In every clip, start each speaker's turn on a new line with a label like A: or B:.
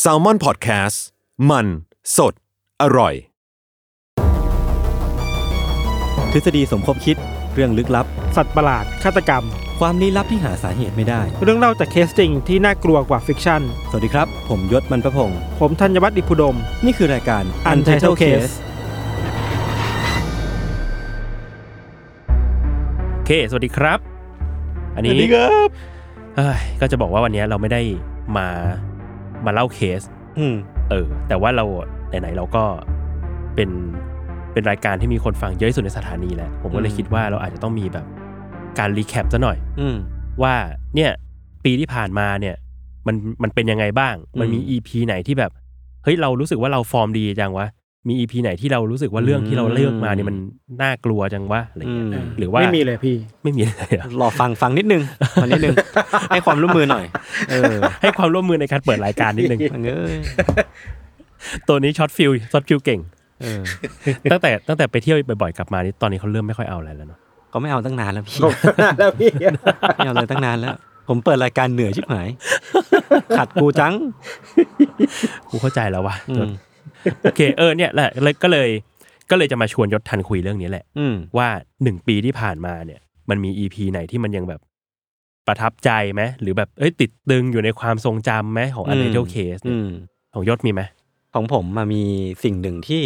A: แซลมอนพอดแคสต์มันสดอร่อย
B: ทฤษฎีสมคบคิดเรื่องลึกลับ
C: สัตว์ประหลาด ฆาตกรรม
B: ความลี้ลับที่หาสาเหตุไม่ได้
C: เรื่องเล่าจากเคสจริงที่น่ากลัวกว่าฟิกชั่น
B: สวัสดีครับ ผมยศมันประพงศ์
C: ผมธัญวัฒน์อิพุดม
B: นี่คือรายการ
C: Untitled Case
D: โอเค สวัสดีครับ อันนี้เอ้ยก็จะบอกว่าวันนี้เราไม่ได้มามาเล่าเคส
B: อืม
D: เออ แต่ว่าเราไหนๆเราก็เป็นเป็นรายการที่มีคนฟังเยอะที่สุดในสถานีแหละ ผมก็เลย
B: อืม
D: คิดว่าเราอาจจะต้องมีแบบการรีแคปซะหน่อย
B: อืม
D: ว่าเนี่ยปีที่ผ่านมาเนี่ยมันมันเป็นยังไงบ้าง มันมี
B: อืม
D: EP ไหนที่แบบเฮ้ยเรารู้สึกว่าเราฟอร์มดีจังวะ มี EP ไหนที่เรารู้สึกว่าเรื่องที่เราเลือกมาเนี่ยมันน่ากลัวจังวะอะไรเงี้ย
B: อืม
D: หรือว่า
C: ไม่มีเลยพี่
D: ไม่มีเลยเหรอ
B: รอฟังฟังนิดนึงฟังนิดนึง ให้ความร่วมมือหน่อย เออ
D: ให้ความร่วมมือในการเปิดรายการนิดนึง
B: มันเอ้ย
D: ตัวนี้ช็อตฟิลช็อตฟิลเก่ง
B: เออ
D: ตั้งแต่ตั้งแต่ไปเที่ยวบ่อยๆกลับมานี่ตอนนี้เขาเริ่มไม่ค่อยเอาอะไรแล้วเนาะ
B: ก็ไม่เอาตั้งนานแล้วพี่
C: แล้วพี่
B: ไม่เอาเลยตั้งนานแล้ว ผมเปิดรายการเหนื่อยชิบหาย ขัดกูจัง
D: กูเข้าใจแล้วว่ะ
B: อืม
D: โอเคเออเนี่ยแหละเลยก็เลยก็เลยจะมาชวนยศทันคุยเรื่องนี้แหละ
B: อืม
D: ว่าหนึ่งปีที่ผ่านมาเนี่ย มันมีอีพีไหนที่มันยังแบบประทับใจไหมหรือแบบเอ้ยติดตึงอยู่ในความทรงจำไหมของ
B: อืม
D: อันเดอร์เคส
B: อืม
D: ของยศมีไหม
B: ของผมมามีสิ่งหนึ่งที่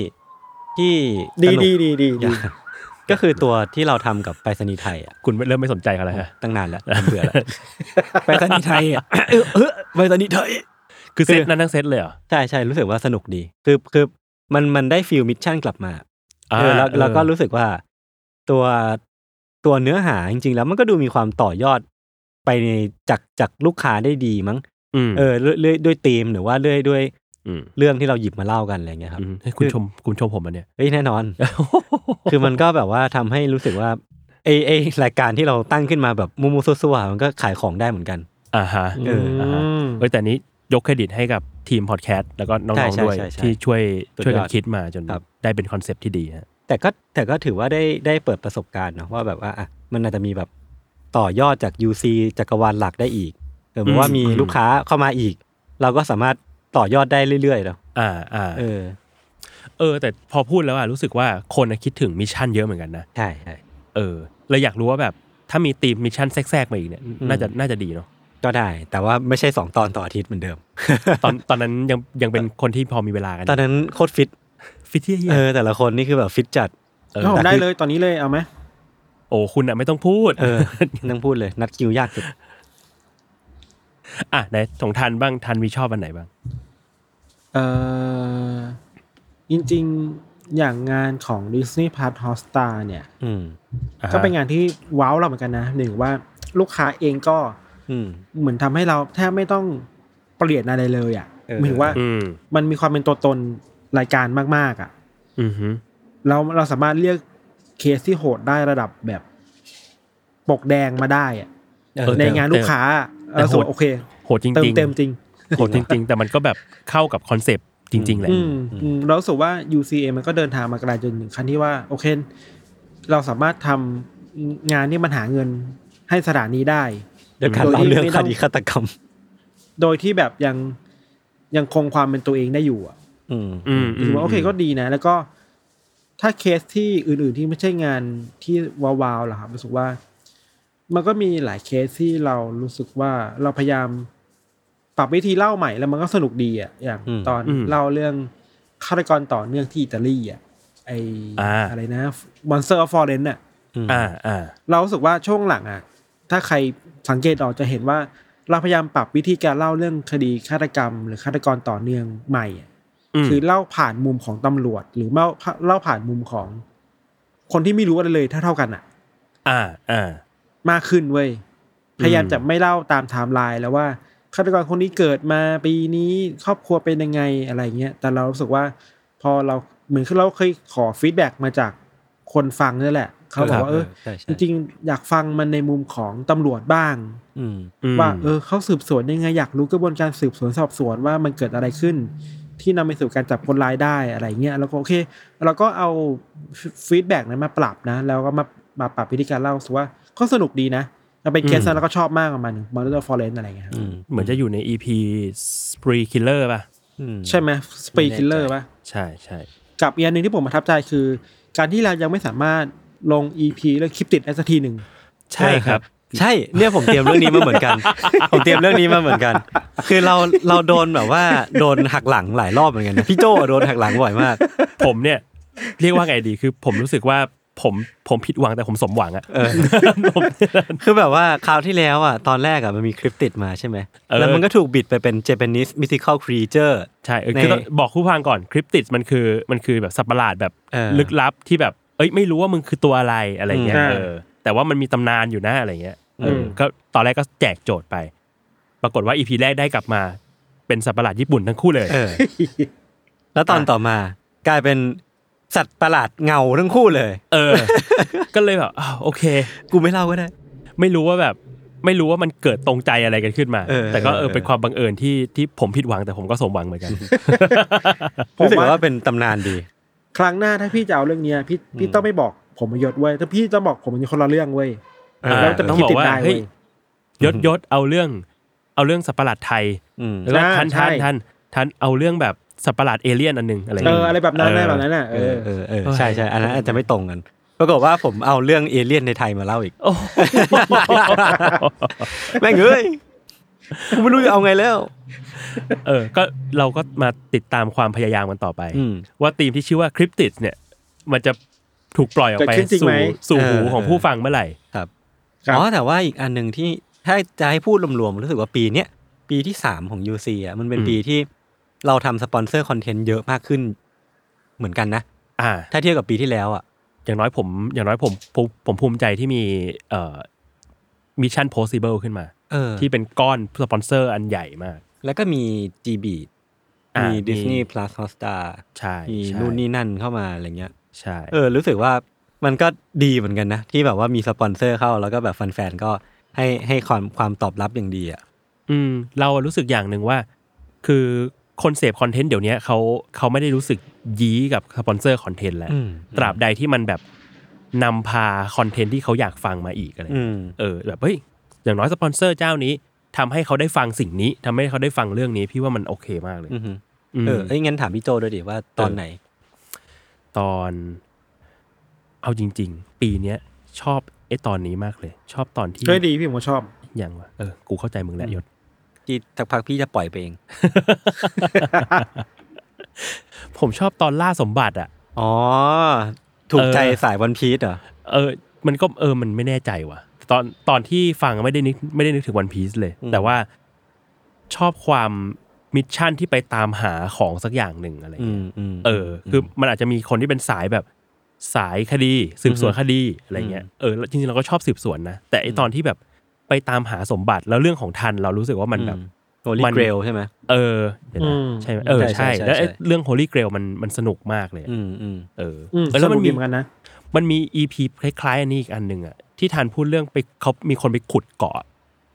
B: ที่
C: ดี
B: สนุก
C: ดีดีดี
B: อย่างก็คือตัวที่เราทำกับไปรษณีย์ไทยอ่ะ
D: คุณเริ่มไม่สนใจเขาแล้วฮะ
B: ตั้งนานแล้วผมเบื่อแล้ว ไปสนิไทยอ่ะ เออเออไปสนิไทย
D: คือ
B: คือ
D: เซตนั้นทั้งเซตเลยเหรอ
B: ใช่ใช่รู้สึกว่าสนุกดี คือคือมันมันได้ฟิลมิชชั่นกลับมา
D: อ่า
B: เออแล้วแล้วก็
D: เออ
B: รู้สึกว่าตัวตัวเนื้อหาจริง ๆ แล้วมันก็ดูมีความต่อยอดไปในจากจากลูกค้าได้ดีมั้ง
D: อืม
B: เออเรื่อยเรื่อยด้วยธีมหรือว่าเรื่อยด้วย
D: ม
B: เรื่องที่เราหยิบมาเล่ากันอะไรเงี้ยครับ
D: อืมให้คุณชมคุณชมผมอันเนี้ย
B: เอ้ยแน่นอน คือมันก็แบบว่าทำให้รู้สึกว่าไอไอรายการที่เราตั้งขึ้นมาแบบมูมูซัวๆมันก็ขายของได้เหมือนกัน
D: อ่าฮะ
B: เออ
D: อ่าฮะเอ้ยแต่นี้ยกเครดิตให้กับทีมพอดแคสต์แล้วก็น้
B: ใช่
D: อง
B: ใช่
D: ๆด้วย
B: ใช่ใช่
D: ที่ช่วย
B: สุดยอด
D: ช่วยกันคิดมาจน
B: ครับ
D: ได้เป็นคอนเซปต์ที่ดีฮะ
B: แต่ก็แต่ก็ถือว่าได้ได้เปิดประสบการณ์เนาะว่าแบบว่าอ่ะมันอาจจะมีแบบต่อยอดจาก UC จักรวาลหลักได้อีกเออเพราะว่ามีลูกค้าเข้ามาอีก เราก็สามารถต่อยอดได้เรื่อยๆเนาะ
D: อ่าอ่า
B: เออ
D: เออ แต่พอพูดแล้วอะรู้สึกว่าคนอะคิดถึงมิชชั่นเยอะเหมือนกันนะ
B: ใช่ใช่
D: เออเลยอยากรู้ว่าแบบถ้ามีทีมมิชชั่นแทรกๆมาอีกเนี่ยน่าจะน่าจะดีเนาะ
B: ก็ได้ แต่ว่าไม่ใช่สองตอนต่ออาทิตย์เหมือนเดิม
D: ตอนตอนนั้นยังยังเป็นคนที่พอมีเวลากัน
B: ตอนนั้นโคตรฟิต
D: ฟิตเที่ย
B: เออแต่ละคนนี่คือแบบฟิตจัด
D: เอ
C: ผ
D: อ
C: ม
B: แต่คือ
C: ได้เลยตอนนี้เลยเอาไหม
D: โอ้คุณอะไม่ต้องพูด
B: เออ นั่งพูดเลยนัดคิวยากสุด
D: อ่ะไหนสงทันบ้างทันมีชอบอันไหนบ้าง
C: เออจริงๆ อย่างงานของ Disney Part Hotstar เนี่ย
B: อืม
C: ก็เป็นงานที่ว้าวเราเหมือนกันนะ หนึ่งว่าลูกค้าเองก็
B: อืม
C: เหมือนทำให้เราแทบไม่ต้องเปลี่ยนอะไรเลยอ่ะ
B: เออ
C: หมายถึงว่า
D: อืม
C: มันมีความเป็นตัวตนรายการมากๆอ่ะ
D: อือฮึ
C: เราเราสามารถเรียกเคสที่โหดได้ระดับแบบปกแดงมาได้อะ
B: เออ
C: ในงานลูกค้า
D: แต่
C: เรา
D: โห
C: สู
D: ด
C: โอเค
D: โหดจริง
C: เติม
D: ๆ
C: เต็มจริง
D: โหดจริงๆ แต่มันก็แบบเข้ากับคอนเซปต์จริง ๆ แหละ
C: อืมอืมเราสูว่า UCA มันก็เดินทางมาไกลจนถึงขั้นที่ว่า โอเค เราสามารถทำงานที่มันหาเงินให้สถานีได้
B: โดยการเล่าเรื่องคดีฆาตกรรม
C: โดยที่แบบยังยังคงความเป็นตัวเองได้อยู่อ่ะ
B: อืม
D: อืมอื
C: ถื
D: ม
C: อว่าโอเคก็ดีนะ แล้วก็ ถ้าเคสที่อื่น ๆ ที่ไม่ใช่งานที่วาวๆล่ะครับรู้สึกว่า มันก็มีหลายเคสที่เรารู้สึกว่าเราพยายาม ปรับวิธีเล่าใหม่แล้วมันก็สนุกดีอ่ะอย่าง
B: อืม
C: ตอน
D: อืม
C: เล่าเรื่องฆาตกรต่อเนื่องที่อิตาลีอ่ะไอ
D: อ่า
C: อะไรนะ Monster of Florence อ่ะ
B: อืม
D: อ่าอ่า
C: เรารู้สึกว่าช่วงหลังอ่ะ ถ้าใครสังเกตออกจะเห็นว่า เราพยายามปรับวิธีการเล่าเรื่องคดีฆาตกรรม หรือฆาตกรต่อเนื่องใหม่อะ
D: อืม
C: คือเล่าผ่านมุมของตำรวจ หรือเล่าเล่าผ่านมุมของ คนที่ไม่รู้อะไรเลยเท่าเท่าๆกันอ่ะ
D: อ่าอ่า
C: มากขึ้นเว้ยพยายามจะไม่เล่าตามไทม์ไลน์แล้วว่าฆาตกรคนนี้เกิดมาปีนี้ครอบครัวเป็นยังไงอะไรเงี้ยแต่เรารู้สึกว่า พอเราเหมือนคือเราเคยขอฟีดแบ็กมาจากคนฟังนี่แหละ เขาบอกว่าเออ
B: ใช่ใช่
C: จริงๆอยากฟังมันในมุมของตำรวจบ้าง
B: อืม
D: อืม
C: ว่าเออเขาสืบสวนยังไงอยากรู้กระบวนการสืบสวนสอบสวนว่ามันเกิดอะไรขึ้น ที่นำไปสู่การจับคนร้ายได้อะไรเงี้ยแล้วก็โอเคเราก็เอาฟีดแบ็กนั้นมาปรับนะ แล้วก็มามาปรับวิธีการเล่ารู้สึกว่าก็สนุกดีนะมันเป็นเคสนั้นแล้วก็ชอบมากประมาณหนึงมาร์เดอร์ฟอร์เรนอะไรเงี้ยครับ
B: อืม
D: เหมือนจะอยู่ใน EP Spree Killer ป่ะ
B: อืม
C: ใช่ไหมสปีคิลเลอร์ปะ
D: ใช่ใช่
C: กับอีกอันหนึ่งที่ผมประทับใจคือ การที่เรายังไม่สามารถลง EP เรื่องคลิปติดได้สักทีหนึ่ง
B: ใช่ครับ ใช่เนี่ยผมเตรียมเรื่องนี้มาเหมือนกัน ผมเตรียมเรื่องนี้มาเหมือนกัน คือเราเราโดนแบบว่าโดนหักหลังหลายรอบเหมือนกันนะพี่โจโดนหักหลังบ่อยมาก
D: ผมเนี่ย เรียกว่าไงดีคือผมรู้สึกว่าผมผมผิดหวังแต่ผมสมหวังอะ
B: เออ คือแบบว่าคราวที่แล้วอ่ะตอนแรกอ่ะมันมีคลิปติดมาใช่ไหม
D: เออ
B: แล้วมันก็ถูกบิดไปเป็น Japanese mythical creature
D: ใช่เออคือต้อง
B: ใน
D: บอกคู่ฟังก่อนคริปติดมันคือมันคือแบบสัตว์ประหลาดแบบ
B: เออ
D: ลึกลับที่แบบเอ้ยไม่รู้ว่ามึงคือตัวอะไรอะไรเงี้ย
C: อืม
D: เออแต่ว่ามันมีตำนานอยู่นะอะไรเงี้ยเออก็ตอนแรกก็แจกโจทย์ไป ปรากฏว่าอีพีแรกได้กลับมา เป็นสัตว์ประหลาดญี่ปุ่นทั้งคู่เลย
B: เออ แล้วตอนต่อมากลายเป็นสัตว์ประหลาดเงาทั้งคู่เลย
D: เออ ก็เลยแบบอ้าวโอเค
B: กูไม่เล่าก็ได้
D: ไม่รู้ว่าแบบไม่รู้ว่ามันเกิดตรงใจอะไรกันขึ้นมา
B: เออ
D: แต่ก็เอ
B: เอ
D: อ
B: อ
D: เป็นความบังเอิญที่ที่ผมผิดหวังแต่ผมก็สมหวังเหมือนกัน
C: ผม
B: รู้สึก
C: ว่า
B: ว่าเป็นตำนานดี
C: ครั้งหน้าถ้าพี่จะเอาเรื่องเนี้ยพี่พี่ต้องไม่บอกผมมายศเว้ยถ้าพี่จะบอกผมมันคนละเรื่องเว้ย
B: เออ
C: แล้วจะ
D: ต้อง
C: คิด
D: บอก
C: ติด
D: ว่า
C: ได้
D: เฮ้
C: เว้
D: ย
C: ย
D: ยศยศเอาเรื่อง เอาเรื่องสัตว์ประหลาดไทย
B: อืม
D: แล้วก็ทัน
C: ใช่
D: ทันทันทันเอาเรื่องแบบสัตว์ประหลาดเอเลี่ยนอันหนึงอะไร
C: เอ
D: เงี้
C: อย อะไรแบบนั้นอะไร
D: เออ
C: แบบนั้นน่ะเอ
B: เออ
C: อ
B: เออเออใช่ใช่อันนั้นอาจจะไม่ตรงกันปรากฏว่าผมเอาเรื่องเอเลี่ยนในไทยมาเล่า อีก
D: โอ้โห
B: แม่งเอ้ยกูไม่รู้จะเอาไงแล้ว
D: เออ ก็เราก็มาติดตามความพยายามกันต่อไป
B: อืม
D: ว่าธีมที่ชื่อว่าคริปติดเนี่ย มันจะถูกปล่อยออกไป
C: เกิดขึ้นจริงไหม
D: สู่สู่หู
B: เออ
D: ของผู้ฟังเมื่อไหร่
B: ครับ
C: ครับ
B: อ๋อแต่ว่าอีกอันหนึ่งที่ถ้าจะให้พูดรวมๆรู้สึกว่าปีเนี้ยปีที่สามของ UC อ่ะมันเป็น
D: อืม
B: ปีที่เราทำสปอนเซอร์คอนเทนต์เยอะมากขึ้น เหมือนกันนะ
D: อ่า
B: ถ้าเทียบกับปีที่แล้วอ่ะ
D: อย่างน้อยผมอย่างน้อยผมผมผมภูมิใจที่มีเอ่อมิชชั่น possible ขึ้นมา
B: เออ
D: ที่เป็นก้อนสปอนเซอร์อันใหญ่มาก
B: แล้วก็มี GB
D: อ่า
B: มี
D: มี
B: Disney Plus Hotstar
D: ใช่
B: มี
D: ใช่
B: นู่นนี่นั่นเข้ามาอะไรเงี้ย
D: ใช่
B: เออรู้สึกว่ามันก็ดีเหมือนกันนะ ที่แบบว่ามีสปอนเซอร์เข้าแล้วก็แบบแฟนๆก็ให้ให้ความความตอบรับอย่างดีอ่ะ
D: อืมเรารู้สึกอย่างหนึ่งว่า คือคนเสพคอนเทนต์เดี๋ยวนี้เขาเขาไม่ได้รู้สึกยี้กับสปอนเซอร์คอนเทนต์แล้ว
B: อืม
D: ตราบใดที่มันแบบนำพาคอนเทนต์ที่เขาอยากฟังมาอีกอะไรอย่างเงี้ย
B: อืม
D: เออแบบเฮ้ยอย่างน้อยสปอนเซอร์เจ้านี้ทำให้เขาได้ฟังสิ่งนี้ทำให้เขาได้ฟังเรื่องนี้พี่ว่ามันโอเคมากเลย
B: อือฮึ
D: ม
B: เออเอ้ยงั้นถามพี่โจด้วยดิว่าตอนไหน
D: ตอน เอาจริง ๆ ปีเนี้ยชอบไอ้ตอนนี้มากเลย ชอบตอนที่
C: ช่วยดีพี่ผมก็ชอบ
D: อย่างวะเออกูเข้าใจมึงแหละยศ
B: ที่สักพักพี่จะปล่อยไปเอง
D: ผมชอบตอนล่าสมบัติอ่ะ
B: อ๋อ ถูกใจ
D: เออ
B: สายวันพีชเหรอ
D: เออ มันก็เออมันไม่แน่ใจว่ะ ตอนตอนที่ฟังไม่ได้นึกไม่ได้นึกถึงวันพีซเลย
B: อืม
D: แต่ว่าชอบความมิชชั่นที่ไปตามหาของสักอย่างหนึ่งอะไรอย่าง
B: อื
D: เงี้ย
B: มอืม
D: เอออคือมันอาจจะมีคนที่เป็นสายแบบสายคดีสืบสวนคดีอะไรเงี้ยเออแล้วจริงๆเราก็ชอบสืบสวนนะแต่ไอตอนที่แบบไปตามหาสมบัติแล้วเรื่องของทันเรารู้สึกว่ามันแบบ
B: อืม โอลิ
D: มัน
B: เกรลใช่ไหม
D: เออเดี๋ยวนะใช่ไหมเออ
B: ใช่ใช่
D: ใช่
B: ใช่
D: แล้วไอ้
B: ใช่
D: เรื่อง Holy Grail มันมันสนุกมากเลย
B: อืมอืม
D: เออ
C: อืม
D: เอ
C: ส
D: อแล้ว
C: นุ
D: มั
C: ก
D: น
C: ดี
D: มี
C: เหมือนกันนะ
D: มันมี EP คล้ายๆอันนี้อีกอันหนึ่งอ่ะที่ทันพูดเรื่องไปเขามีคนไปขุดเกาะ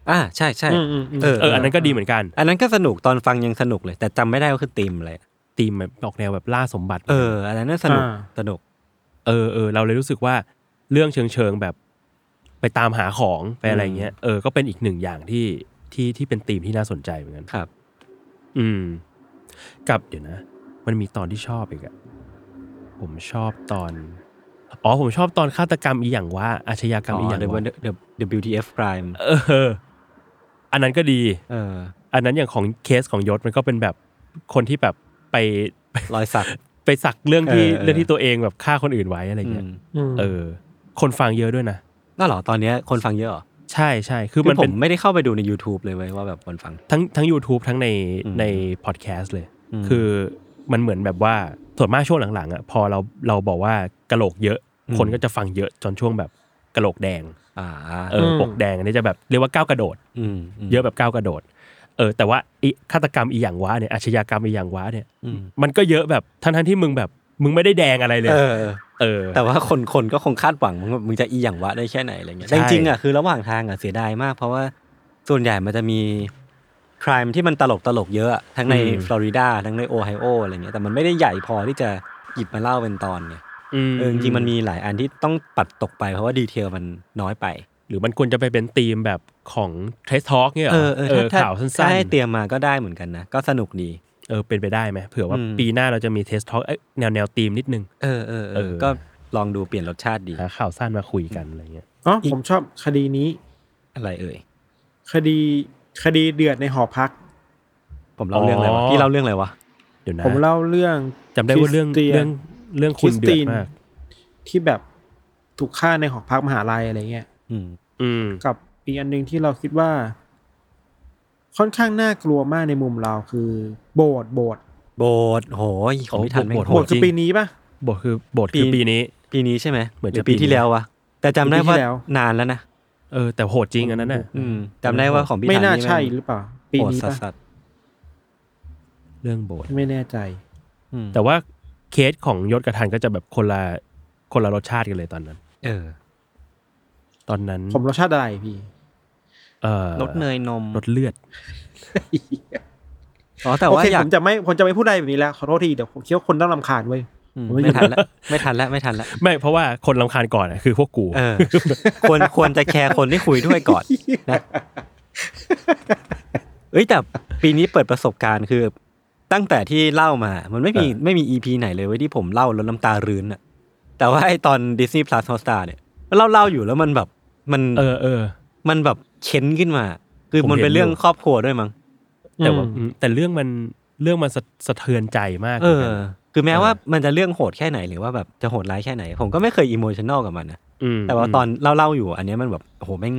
B: อ่าใช่ใช่
C: อืมอืมอืม
B: เออ
D: เอออันนั้นก็ดีเหมือนกัน
B: อันนั้นก็สนุกตอนฟังยังสนุกเลย แต่จำไม่ได้ว่าคือธีมอะไร
D: ธีมแบบออกแนวแบบล่าสมบัติ
B: เออ อันนั้นน่าสนุกสนุก
D: เออเออเราเลยรู้สึกว่าเรื่องเชิงเชิงๆแบบไปตามหาของไปอะไรเงี้ยเออก็เป็นอีกหนึ่งอย่างที่ที่ที่เป็นธีมที่น่าสนใจเหมือนกัน
B: ครับ
D: อืม กับเดี๋ยวนะ มันมีตอนที่ชอบอีกอะผมชอบตอน อ๋อผมชอบตอนฆาตกรรมอีหยังว่าอาชญากรรมอีหยัง
B: เดอะ
D: วะ
B: เดอะ WTF Prime
D: เออ อันนั้นก็ดี
B: เออ
D: อันนั้นอย่างของเคสของยศมันก็เป็นแบบคนที่แบบไปไป
B: รอยสัก
D: ไปสักเรื่องที่
B: เออเออ
D: เรื่องที่ตัวเองแบบฆ่าคนอื่นไว้อะไรเงี้ย
B: อืม
C: อืม
D: เออ คนฟังเยอะด้วยนะ
B: น่าเหรอตอนเนี้ยคนฟังเยอะเหรอ
D: ใช่ใช่คื
B: คือ อ
D: มัน
B: ผ
D: เป็น
B: มไม่ได้เข้าไปดูใน YouTube เลยเว้ยว่าแบบคนฟัง
D: ทั้งทั้ง YouTube ทั้งใน
B: อืม
D: ในพอดแคสต์เลย
B: อืม
D: คือมันเหมือนแบบว่าส่วนมากช่วงหลังๆอ่ะพอเราเราบอกว่ากะโหลกเยอะ
B: อืม
D: คนก็จะฟังเยอะจนช่วงแบบกะโหลกแดง
B: อ่า
D: เอออ
C: ม
D: ปกแดงอันนี้จะแบบเรียกว่าก้าวกระโดด
B: มม
D: เยอะแบบก้าวกระโดด เออ แต่ว่าไอ้ฆาตกรรมอีหยังวะเนี่ยอาชญากรรมอีหยังวะเนี่ย
B: อืม
D: มันก็เยอะแบบทั้งทั้งๆที่มึงแบบ มึงไม่ได้แดงอะไรเลย
B: เออ
D: เออ
B: แต่ว่าคนคนก็คงคาดหวังมึงมึงจะอีหยังวะได้แค่ไหนอะไรเงี้ย
D: ใช่
B: แต่จริงๆอ่ะคือระหว่างทางอ่ะเสียดายมาก เพราะว่าส่วนใหญ่มันจะมีครามที่มันตลกตลกๆเยอะอะทั้งในฟลอริดาทั้งในโอไฮโออะไรเงี้ยแต่มันไม่ได้ใหญ่พอที่จะหยิบมาเล่าเป็นตอนเนี่ย
D: ม
B: เออจริงๆมันมีหลายอันที่ต้องปัดตกไปเพราะว่าดีเทลมันน้อยไป
D: หรือมันควรจะไปเป็นธีมแบบของเทสทอล์กเนี่ยหร
B: ถ้
D: ข่าวสั้นๆ
B: ถ้าให้เตรียมมาก็ได้เหมือนกันนะก็สนุกดี
D: เออเป็นไปได้ไหมเผื่อว่า
B: อืม
D: ปีหน้าเราจะมีเทสทอล์กแนวแนวธีมนิดนึง
B: เออเออเอ
D: เอ
B: อ
D: อ
B: ก็ลองดูเปลี่ยนรสชาติดี
D: หาข่าวสั้นมาคุยกันอะไรเงี้ย
C: อ๋อผมชอบคดีนี้
B: อะไรเอ่ย
C: คดีคดีเดือดในหอพัก
B: ผมเล่าเรื่องอะไรวะพี่เล่าเรื่องอะไรวะ
D: เดี๋ยวนะ
C: ผมเล่าเรื่อง
D: จำได้ว่าเรื่อง
C: คสตียน
D: เรื่องเรื่องคุณเดือดมา
C: คริส
D: ก
C: ติ ที่แบบถูกฆ่าในหอพักมหาลัยอะไรเงี้ย
B: อืม
D: อืม
C: กับอีกอันหนึ่งที่เราคิดว่า ค่อนข้างน่ากลัวมากในมุมเราคือ โบสถ์โบสถ์
B: โบสถ์โหยของไม่ทันไม่
D: โบสถ์
B: โห
C: โบ
B: ด
C: สถ์คือปีนี้ปะ
D: บทคือบทคือ
B: ปี
D: ปีนี้
B: ปีนี้ใช่ไหม
D: เหมือน
B: รื
D: จะ
B: ปี
D: ปี
B: ที่
D: นี้
B: แล้ววะแต่จำได้ว่า
C: ปีที่แล้ว
B: นานแล้วนะ
D: เออ แต่โหดจริงอันนั้นน่ะ
B: อืมจำได้ว่าของพี่
C: ไม่
B: ทัน
C: น่า
B: นี่
C: ใช่หรือเปล่า ปี
B: โหด
C: นี้ปะ
B: สัส
D: เรื่องโบท
C: ไม่แน่ใจ
B: ๆอืม
D: แต่ว่าเคสของยศกับทันก็จะแบบคนละคนละรสชาติกันเลยตอนนั้น
B: เออ
D: ตอนนั้น
C: ผมรสชาติอะไรพี่
D: เอ่อ
B: รสเนยนม
D: รสเลือด
B: อ๋อแต่
C: โอ
B: ว่า
C: เค
B: อยา
C: ผ
B: ก
C: มจะไม่ผมจะไม่พูดอะไรแบบนี้แล้วขอโทษทีเดี๋ยวผมคิดว่าคนต้องรำคาญเว้ย
B: อืม
C: ผมไม่
B: ไม่ทันแล้วไม่ทันแล้วไม่ทันแล้ว
D: ไม่เพราะว่าคนลำคาญก่อนอะคือพวกกู
B: เออ ควรควรจะแคร์คนที่คุยด้วยก่อน นะเอ้ยแต่ปีนี้เปิดประสบการณ์คือ ตั้งแต่ที่เล่ามา มันไม่มีไม่มีอีพีไหนเลยเว้ยที่ผมเล่าแล้วน้ำตารื้นอะแต่ว่าไอตอน Disney Plus Hotstar เนี่ยเล่าเล่าๆอยู่แล้วมันแบบมัน
D: เออเออ
B: มันแบบเค้นขึ้นมา คือ
D: ผม
B: มันเป็น
D: เห็นอยู่
B: เรื่องครอบครัวด้วยมั้ง
D: แต่ว่า
C: อืม
D: อืมแต่เรื่องมันเรื่องมันสะสะเทือนใจมาก
B: เอ
D: หมื
B: อ
D: นกัน
B: คือแม้
D: เออ
B: ว่ามันจะเรื่องโหดแค่ไหนหรือว่าแบบจะโหดร้ายแค่ไหน ผมก็ไม่เคยอิโมชันแนลกับมันนะ
D: ม
B: แต่ว่าตอนเล่าเล่าๆอยู่ อันเนี้ยมันแบบโอ้โหแม่ง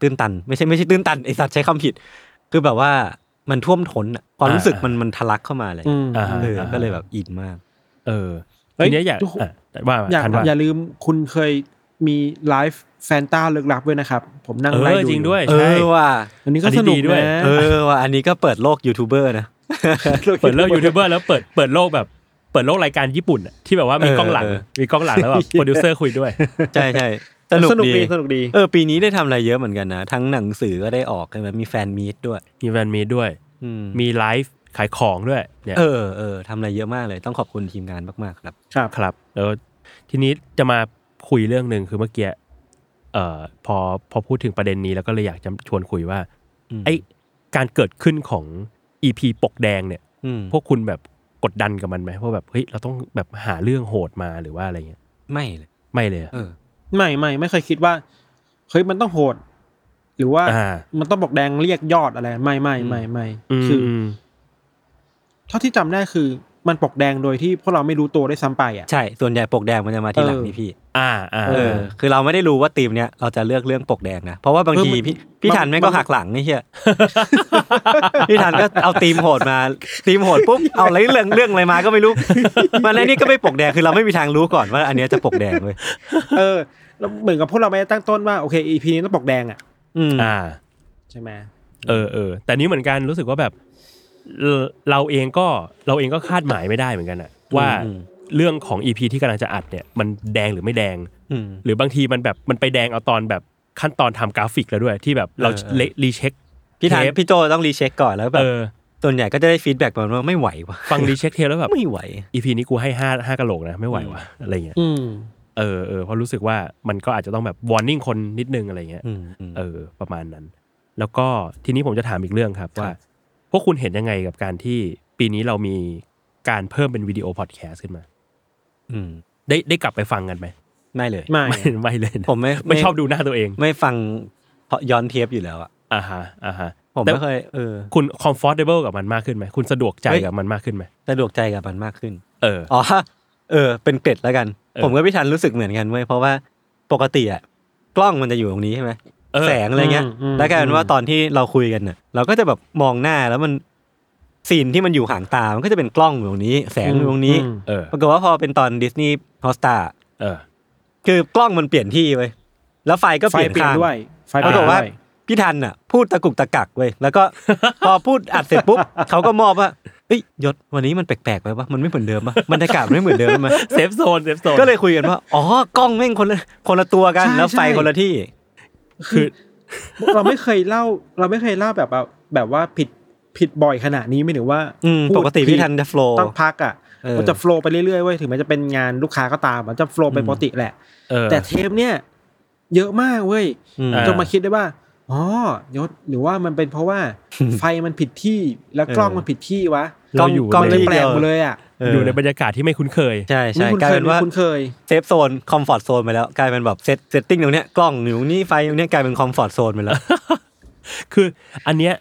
B: ตื้นตัน ไม่ใช่ไม่ใช่ตื้นตันไอสัตว์ใช้คำผิด คือแบบว่ามันท่วมท้นอะความรู้สึกมันมันทะลักเข้ามาเลย
C: อืม
D: อ่าฮะ
B: เออก็เลยแบบอินมาก
D: เออ
C: เฮ้ย
D: ทีเนี้ยอยาก
C: ทุกคน
D: อ่ะว่า
C: อย่า
D: ทันว่า
C: อย่าลืมคุณเคยมีไลฟ์แฟนตาเลิกลับด้วยนะครับ ผมนั่ง
D: เอ
C: ไล่
D: อ
C: ดู
D: จริงด้วย
B: เอ
D: ใช่
B: อว่ะ
C: อันนี้ก็
D: อันนี้
C: สนุก
D: ดีด้วย
C: นะ
B: เออว่ะอันนี้ก็เปิดโลกยูทูบเบอร์นะ
D: เปิดโลกยูทูบเบอร์แล้วเปิดเปิดโลกแบบเปิดโลกรายการญี่ปุ่นอะที่แบบว่ามี
B: เออก
D: ล้องหลัง
B: เออ
D: มีกล้องหลังแล้วแบบโปรดิวเซอร์คุยด้วย
B: ใช่ใช่ส
C: ส
B: นุก
C: นุก
B: ดี
C: ดีสนุกดี
B: เออปีนี้ได้ทำอะไรเยอะเหมือนกันนะทั้งหนังสือก็ได้ออกใช่ไหมมีแฟนมีตด้วย
D: มีแฟนมีตด้วย
B: อืม
D: มีไลฟ์ขายของด้วยเนี่ย
B: เออเออทำอะไรเยอะมากเลยต้องขอบคุณทีมงานมากๆครับ
C: ครับ
D: ครับแล้วทีนี้จะมาคุยเรื่องหนึ่งคือเมื่อกี้เอ่อพอพอพูดถึงประเด็นนี้แล้วก็เลยอยากจะชวนคุยว่า
B: อืม
D: ไอการเกิดขึ้นของ EP ปกแดงเนี่ย
B: อืม
D: พวกคุณแบบกดดันกับมันไหมว่าแบบเฮ้ยเราต้องแบบหาเรื่องโหดมาหรือว่าอะไรเงี้ย
B: ไม่เลย
D: ไม่เลยอะ
B: เออ
C: ไม่ไม่ไม่เคยคิดว่าเฮ้ยมันต้องโหด หรือว่า
D: อ่า
C: มันต้องบอกแดงเรียกยอดอะไร ไม่ไม่ไม่ไม่
D: คื
C: คือ อ
D: ม
C: เท่าที่จำได้คือมันปกแดงโดยที่พวกเราไม่รู้ตัวได้วยซ้ำไปอ่ะ
B: ใช่ส่วนใหญ่ปกแดงมันจะมาที่หลัง
C: เออ
B: นี่พี่
D: อ่าอ่า
B: เออ คือเราไม่ได้รู้ว่าทีมเนี้ยเราจะเลือกเรื่องปกแดงนะเพราะว่าบางที
C: เออมัน
B: พี่พี่
C: มัน
B: ทันแม่ง
C: มั
B: ก็
C: น
B: หักหลังไอ้เหี้ย พี่ทันก็เอาทีมโหดมาทีมโหดปุ๊บเอาอะไรเรื่องเรื่องอะไรมาก็ไม่รู้ มันอะไรนี่ก็ไม่ปกแดงคือเราไม่มีทางรู้ก่อนว่าอันเนี้ยจะปกแดงเลย
C: เออแล้วเหมือนกับพวกเราไม่ได้ตั้งต้นว่าโอเคอีพีนี้ต้องปกแดงอ่ะ
B: อืม
D: อ่า
C: ใช่ไหม
D: เออเออแต่นี้เหมือนกันรู้สึกว่าแบบเอ่อเราเองก็เราเองก็คาดหมายไม่ได้เหมือนกันอะว่าเรื่องของอีพีที่กำลังจะอัดเนี่ย มันแดงหรือไม่แดง
B: อืม
D: หรือบางทีมันแบบมันไปแดงเอาตอนแบบขั้นตอนทำกราฟิกแล้วด้วย ที่แบบเรา
B: เออเออ
D: เละรีเช็ค
B: พี่ทัน
D: เทป
B: พี่โจต้องรีเช็คก่อนแล้วแบ
D: เอบ อ
B: ส่วนใหญ่ก็จะได้ฟีดแบ็กมาว่าไม่ไหวว่ะ
D: ฟังรีเช็คเทปแล้วแบบ
B: ไม่ไหว
D: อีพีนี้กูให้ห้าห้ากะโหลกนะไม่ไหววะอะไรเงี้ย
C: อืม
D: เออเออเพราะรู้สึกว่ามันก็อาจจะต้องแบบวอร์นิ่งคนนิดนึงอะไรเงี้ย
B: อืมอืม
D: เออประมาณนั้น แล้วก็ทีนี้ผมจะถามอีกเรื่องครับว่า
B: ครับ
D: พวกคุณเห็นยังไงกับการที่ปีนี้เรามีการเพิ่มเป็นวิดีโอพอดแคสต์ขึ้นมา
B: อืม
D: ได้ได้กลับไปฟังกันไหม
B: ไม่เลย
C: ไม่
D: ไม่ไม่เลยนะ
B: ผมไม่
D: ไม่
B: ไม่
D: ชอบดูหน้าตัวเอง
B: ไม่ฟังเพราะย้อนเทปอยู่แล้วอะ
D: อ่าฮะอ่าฮะ
B: ผม ผม
D: แต่
B: ก็เคยเออ
D: คุณ comfortable กับมันมากขึ้นไหมคุณสะดวกใจกับมันมากขึ้นไหม
B: สะดวกใจกับมันมากขึ้น
D: เออ
B: อ๋อ เออ เป็นเกร็ดแล้วกัน
D: เออ
B: ผมกับพี่ทันรู้สึกเหมือนกันเว้ย เพราะว่าปกติอะกล้องมันจะอยู่ตรงนี้ใช่ไหม
D: เออ
B: แสงอะไรเงี้ย
C: อืมอืม
B: แล้วกลายเป็นว่าตอนที่เราคุยกันเนี่ยเราก็จะแบบมองหน้าแล้วมันซีนที่มันอยู่ห่างตา มันก็จะเป็นกล้องอยู่ตรงนี้ แสงอยู่ตรงนี้
C: อืม
D: เออ
B: ปรากฏว่าพอเป็นตอนดิสนีย์ฮอสตา
D: เออ
B: คือกล้องมันเปลี่ยนที่เว้ย แล้วไฟก็
C: ไฟ
B: เปลี่ยน
C: เปลี่ยน
B: ข้าง
C: ด้วย ไฟ
B: ป
C: เป
B: รากฏ
C: ลี่ยนด้
B: ว่า
C: วย
B: พี่ทันอ่ะ พูดตะกุกตะกักเว้ยแล้วก็ พอพูดอัดเสร็จปุ๊บเขาก็มอบว่าเอ้ยยศวันนี้มันแปลกๆไปปะมันไม่เหมือนเดิมปะบรรยากาศมันไม่เหมือนเดิมไหม
D: เซฟโซนเซฟโซน
B: ก็เลยคุยกันว่าอ๋อกล้องแม่งคนละคนละตัวกัน
C: ใช่
B: แล้วไฟ
C: ใช่
B: คนละที่
D: คือ
C: เราไม่เคยเล่า เราไม่เคยเล่าแบบว่าแบบว่าผิดผิดบ่อยขนาดนี้ไม่ถึงว่า
B: อืม
C: พูด
B: ปกติพี่
C: ผิด
B: ทันจะโฟล์
C: ต้องพักอ่ะ
B: เออ
C: มันจะโฟลว์ไปเรื่อยๆเว้ยถึงแม้จะเป็นงานลูกค้าก็ตามมันจะโฟลว์เป็นปกติแหละ
D: เออ
C: แต่เทปเนี่ย เยอะมากเว้ย
D: เออ
C: จนมาคิดได้ว่าอ๋อยศหรือว่ามันเป็นเพราะว่า ไฟมันผิดที่แล้วกล้องมันผิดที่วะ
B: กล้
D: เรา
B: อง
D: อยู่
B: กล้อง
D: ใน
C: เลย
B: ที่
C: แปลกหมดเลยอ่ะ
D: อยู่ในบรรยากาศที่ไม่คุ้นเคย
B: ใช่
C: ไม่
B: ใช่
C: คุ้น
B: กลาย
C: เคย
B: เป็น
C: ไม่
B: ว่า
C: คุ้นเคย
B: เซฟโซนคอมฟอร์ตโซนไปแล้วกลายเป็นแบบเซตเซตติ้งตรงเนี้ยกล้องอยู่ตรงนี้ไฟตรงเนี้ยกลายเป็นคอมฟอร์ตโซนไปแล้ว
D: คืออันเนี้ย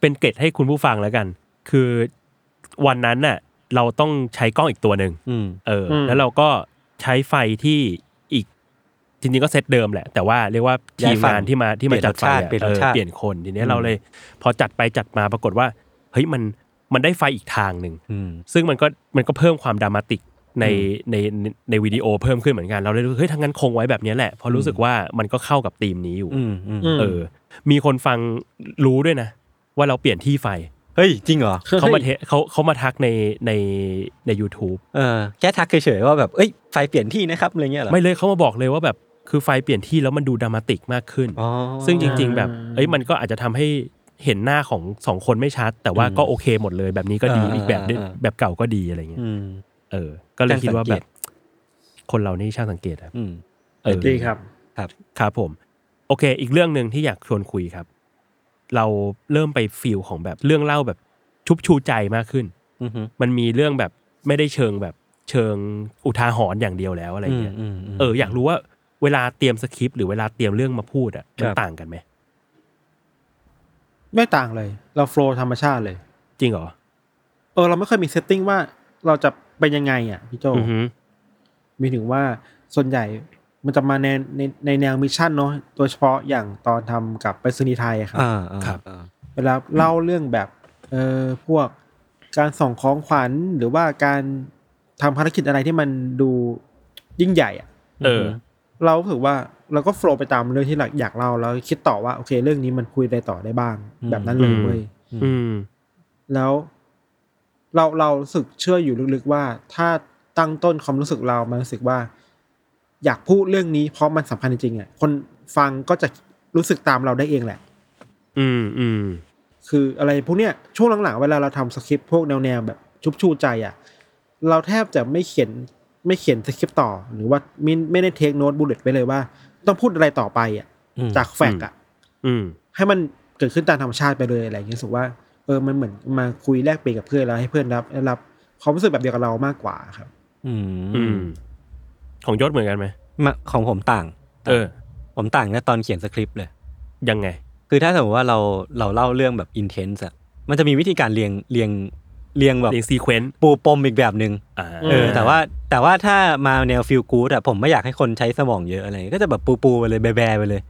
D: เป็นเกร็ดให้คุณผู้ฟังแล้วกัน คือวันนั้นน่ะ เราต้องใช้กล้องอีกตัวหนึ่ง
B: อืม
D: เอออ
C: ม
D: แล้วเราก็ใช้ไฟที่อีกจริงๆก็เซตเดิมแหละ แต่ว่าเรียกว่าทีมงาน
B: ย้ายไฟ
D: ที่มาที่มาจัดไฟอะ
B: เปลี่ยนรสชาติ
D: เออเปลี่ยนคนทีเนี้
B: อื
D: ย
B: ม
D: เราเลย พอจัดไปจัดมาปรากฏว่าเฮ้ยมันมันได้ไฟอีกทางหนึ่ง
B: อืม
D: ซึ่งมันก็มันก็เพิ่มความดรามาติกใน
B: อื
D: ในในในวิดีโอเพิ่มขึ้นเหมือนกัน เราเลยรู้เฮ้ยทั้างนั้นคงไว้แบบเนี้ยแหละเพราะรู้สึกว่ามันก็เข้ากับธีมนี้อยู่
B: อืมอืม
C: อืม
D: เออ มีคนฟังรู้ด้วยนะ ว่าเราเปลี่ยนที่ไฟ
B: เฮ้ยจริงเหรอ
D: เขามาเทเขาเขามาทักในในใน u t u b e
B: เออแค่ทักเฉยๆว่าแบบเอ้ยไฟเปลี่ยนที่นะครับอะไรเงี้ยเหรอ
D: ไม่เลยเขามาบอกเลยว่าแบบคือไฟเปลี่ยนที่แล้วมันดูดรามาติกมากขึ้น
B: อ๋อ
D: ซึ่งจริง ๆ แบบเอ้ยมันก็อาจจะทำให้เห็นหน้าของสองคนไม่ชัด แต่ว่าก็โอเคหมดเลย แบบนี้ก็ดี
B: อ่า
D: อีกแบบนึง
B: อ่าอ่า
D: แบบเก่าก็ดีอะไรเงี้ย
B: อืม
D: เออ ก็เลยคิดว่าแบ
B: ช่างสั
D: บ
B: งเก
D: คนเรานี่ช่างสังเกตครับ
B: อืม
D: เออ
C: ดีครับ
D: ครับผม โอเค อีกเรื่องหนึ่งที่อยากชวนคุยครับ เราเริ่มไปฟิลของแบบเรื่องเล่าแบบชุบชูใจมากขึ้น
B: อืมอืม
D: มันมีเรื่องแบบไม่ได้เชิงแบบเชิงอุทาหรณ์อย่างเดียวแล้วอะไรเงี้ย
B: อืมอืม
D: เอออยากรู้ว่าเวลาเตรียมสคริปต์หรือเวลาเตรียมเรื่องมาพูดอ่ะ
B: ค
D: มัน
B: รับ
D: ต่างกันไหม
C: ไม่ต่างเลย เราโฟลว์ธรรมชาติเลย
D: จริงเหรอ
C: เออเราไม่เคยมีเซตติ้งว่าเราจะเป็นยังไงอ่ะพี่โจ
D: อือฮึ
C: หมีถึงว่าส่วนใหญ่มันจะมาในในในแนวมิชชั่นเนาะโดยเฉพาะอย่างตอนทำกับไปรษณีย์ไทยอะครับ
B: อ่าอ่าอ่า
C: เวลาเล่าเรื่องแบบเออพวกการส่งของขวัญหรือว่าการทำภารกิจอะไรที่มันดูยิ่งใหญ่อะ
D: เออ
C: เราถือว่าเราก็โฟลว์ไปตามเรื่องที่เราอยากเล่าแล้วคิดต่อว่าโอเค เรื่องนี้มันคุยอะไรต่อได้บ้าง แบบนั้นเลยเว้ย
D: อืม
C: แล้วเราเรารู้สึกเชื่ออยู่ลึกๆว่า ถ้าตั้งต้นความรู้สึกเรามันรู้สึกว่า อยากพูดเรื่องนี้เพราะมันสำคัญจริงๆอ่ะคนฟังก็จะรู้สึกตามเราได้เองแหละ
D: อืมอืม
C: คืออะไรพวกเนี้ยช่วงหลังๆเวลาเราทำสคริปต์พวกแนวๆแบบชุบชูใจอ่ะเราแทบจะไม่เขียนไม่เขียนสคริปต์ต่อ หรือว่าไม่ไม่ได้เทคโน้ตบูเลตไปเลยว่า ต้องพูดอะไรต่อไปอ่ะจากแฟกต์อ่ะ
D: อืม
C: ให้มันเกิดขึ้นตามธรรมชาติไปเลยอะไรอย่างเงี้ยรู้สุว่าเออมันเหมือนมาคุยแลกเปลี่ยนกับเพื่อนแล้วให้เพื่อนรับรับความรู้สึกแบบเดียวกับเรามากกว่าครับ
B: อืม
D: อืมของยศเหมือนกันไหม
B: มาของผมต่าง
D: เออ
B: ผมต่างนะตอนเขียนสคริปต์เลย
D: ยังไง
B: คือถ้าสมมติว่าเราเราเล่าเรื่องแบบอินเทนส์อะมันจะมีวิธีการเรียงเรียงเรียงแบบ
D: เรียงซีเควนต์
B: ปูปมอีกแบบหนึ่ง
D: อ่า
B: เออแต่ว่าแต่ว่าถ้ามาแนวฟิลกู๊ดอะผมไม่อยากให้คนใช้สมองเยอะอะไรเงี้ยก็จะแบบปูปูๆไปเลยแบๆไปเลย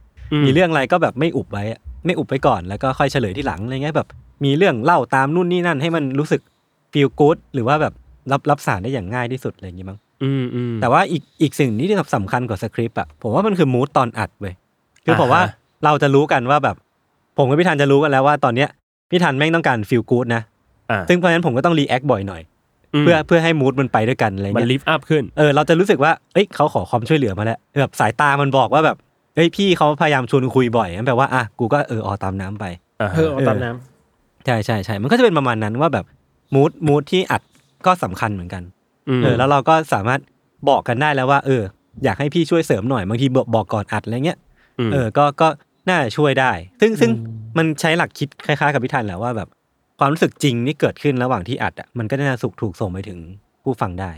B: มีเรื่องอะไรก็แบบไม่อุบไว้อะไม่อุบไว้ก่อนแล้วก็ค่อยเฉลยที่หลังอะไรเงี้ยแบบ มีเรื่องเล่าตามนู่นนี่นั่นให้มันรู้สึกฟีลกู๊ดหรือว่าแบบรับรับสารได้อย่างง่ายที่สุดอะไรอย่างงี้มั้ง
D: อืมอืม
B: แต่ว่าอีกอีกสิ่งนี้ที่สำคัญกว่าสคริปต์อะผมว่ามันคือมูดตอนอัดเว้ยคือผม
D: อ่าฮะ
B: ว่าเราจะรู้กันว่าแบบ ผมกับพี่ธันจะรู้กันแล้วว่าตอนเนี้ยพี่ธันแม่งต้องการฟีลกู๊ดนะ
D: อ่า
B: ซึ่งเพราะฉะนั้นผมก็ต้องรีแอคบ่อยหน่อย
D: ม
B: เพื่อเพื่อให้มูดมันไปด้วยกันอะไร
D: มัน
B: เงี้ย
D: ลิฟต์อัพขึ้น
B: เออเราจะรู้สึกว่า เอ้ยเขาขอความช่วยเหลือมาแล้วแบบสายตามันบอกว่าแบบ เอ้ยพี่เขาพยายามชวนคุยบ่อยนั่นแปลว่าอ่ะกูก็เออออตามน้ำไป
D: อ่าฮะ
C: เออเอาตามน้ำ
B: ใช่ใช่ใช่มันก็จะเป็นประมาณนั้นว่าแบบมูดมูดที่อัดก็สำคัญเหมือนกัน
D: ม
B: เออแล้วเราก็สามารถบอกกันได้แล้วว่า เออ อยากให้พี่ช่วยเสริมหน่อยบางทีบอกบอกก่อนอัดอะไรเงี้ย
D: ม
B: เออก็ก็น่าช่วยได้ ซึ่งซึ่งมันใช้หลักคิดคล้ายๆกับพิธันแหละว่าแบบความรู้สึกจริงที่เกิดขึ้นระหว่างที่อัดอ่ะมันก็น่าสุกถูกส่งไปถึงผู้ฟังได้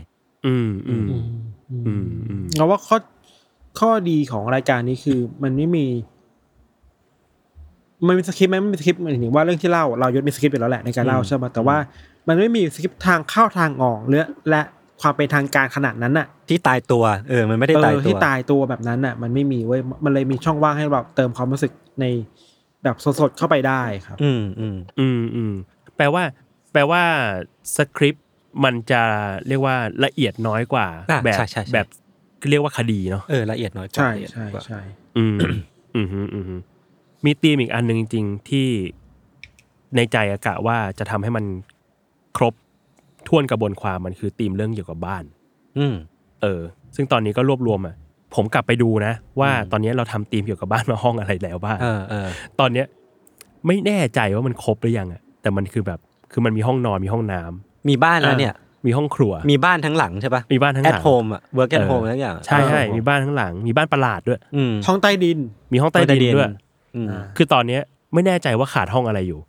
D: อืมอืมอืมอืม
C: เราว่าข้อข้อดีของรายการนี้คือ มันไม่มี มันมีสคริปต์ไหมมันมีสคริปต์หมายถึงว่าเรื่องที่เล่าเรายศมีสคริปต์อยู่แล้วแหละในการเล่า
D: อืม
C: ใช่ไหมแต่ว่ามันไม่มีสคริปต์ทางเข้าทางออกและและความเป็นทางการขนาดนั้นน่ะ
B: ที่ตายตัวเออมันไม่ได้ตาย
C: เออ
B: ตัว
C: ที่ตายตัวแบบนั้นน่ะ มันไม่มีเว้ยมันเลยมีช่องว่างให้แบบเติมความรู้สึกในแบบสดๆเข้าไปได้ครับ
B: อืมอืม
D: อืมอืมแปลว่า แปลว่าสคริปต์มันจะเรียกว่าละเอียดน้อยกว่า
B: อ่ะ
D: แบบ
B: ใช่ใช่ใช่
D: แบบเรียกว่าคดีเนาะ
B: เออละเอียดน้อยกว่า
C: ใช่
B: ละเอียด
C: ใช่
B: กว่า
C: ใช่
D: อืม อืมฮึอืมฮึมีธีมอีกอันหนึ่งจริง ๆ ที่ในใจอากะว่าจะทำให้มันครบท่วนกระบวนความมันคือธีมเรื่องเกี่ยวกับบ้าน
B: อืม
D: เออ ซึ่งตอนนี้ก็รวบรวมอ่ะ ผมกลับไปดูนะ ว่าตอนนี้เราทำธีมเกี่ยวกับบ้านมาห้องอะไรแล้วบ้าง
B: เออเออ
D: ตอนเนี้ยไม่แน่ใจว่ามันครบหรือยังอ่ะ แต่มันคือแบบ คือมันมีห้องนอนมีห้องน้ำ
B: มีบ้านแล้วเนี่ย
D: มีห้องครัว
B: มีบ้านทั้งหลังใช่ปะ
D: มีบ้านทั้งห
B: แอ
D: ลั
B: ด
D: ง
B: โฮมอะเวิร์กแอด
D: เออ
B: โฮมแล้วอย่าง
D: ใช่ใช่
B: เออ
D: มีบ้านทั้งหลัง มีบ้านประหลาดด้วย
B: อืม
C: ท้องใต้ดิน
D: มีห้องใต้ดินด้วย
B: อืม
C: อ่า
D: คือตอนเนี้ยไม่แน่ใจว่าขาดห้องอะไรอยู่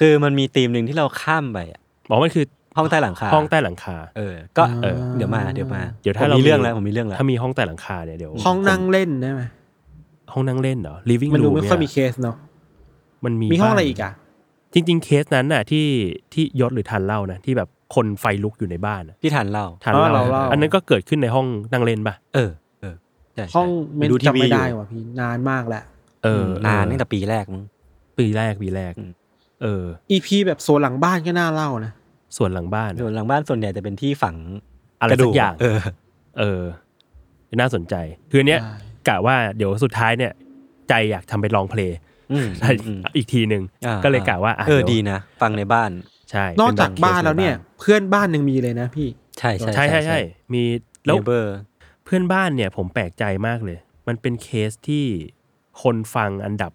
B: คือมันมีธีมหนึ่งที่เราข้ามไปอะ
D: บอกมันคือ
B: ห้องใต้หลังคา
D: ห้องใต้หลังคา
B: เออ ก็
D: เออ
B: เดี๋ยวมาเดี๋ยวมา
D: เดี๋ยวถ้า
B: ผม
D: เรา
B: มีเรื่องแล้วผมมีเรื่องแล้ว
D: ถ้ามีห้องใต้หลังคาเนี่ยเดี๋ยว
C: ห้องนั่งเล่นได้ไหม
D: ห้องนั่งเล่นเหรอ living
C: มันดู
D: room
C: ไม่
D: เนี่
C: ค่อยมีเคสเนาะ
D: มันมี
C: มีห้องอะไร
D: บ้าน
C: อีกอ่ะ
D: จริงๆ เคสนั้นน่ะที่ที่ยศหรือทันเล่านะที่แบบคนไฟลุกอยู่ในบ้านน่ะ
B: พี่ทันเล่า
D: ทัน
C: อ๋อเรา
D: เล่า
C: เล่า
D: อันนั้นก็เกิดขึ้นในห้องนั่งเล่นปะ
B: เออเออใช่ใช่
C: ห้องไม่
B: ดูที
C: จำ
B: วีอ
C: ไม่
B: ยู่
C: ได้ว่ะพี่นานมากแล้ว
D: เออ
B: มนาน
D: เออ
B: ตั้งแต่ปีแรกมั้ง
D: ปีแรกปีแรก
B: อืม
D: เออ
C: อีพีแบบสวนหลังบ้านก็น่าเล่านะ
D: ส่วนหลังบ้าน
B: ส่วนหลังบ้านส่วนใหญ่จะเป็นที่ฝัง
D: อะไร
B: กระ
D: สั
B: ดู
D: ก
B: ก
D: อย่าง
B: เออ
D: เออ น่าสนใจ คืออนเนี้ย
C: ใช่
D: กะว่าเดี๋ยวสุดท้ายเนี่ย ใจอยากทำเป็นลองเพลง
B: อืมอืม
D: อีกทีหนึ่ง
B: อ่า
D: ก็เลยกะว่าะ
B: เออ
D: ยว
B: ดีนะฟังในบ้าน
D: ใช่
C: นอกจากบ้านแล้วเนี่ย เพื่อนบ้านยังมีเลยนะพี่
B: ใช่ใช่
D: ใช่ใช่ใช่มีแล้ว
B: เบอร์
D: เพื่อนบ้านเนี่ยผมแปลกใจมากเลย มันเป็นเคสที่คนฟังอันดับ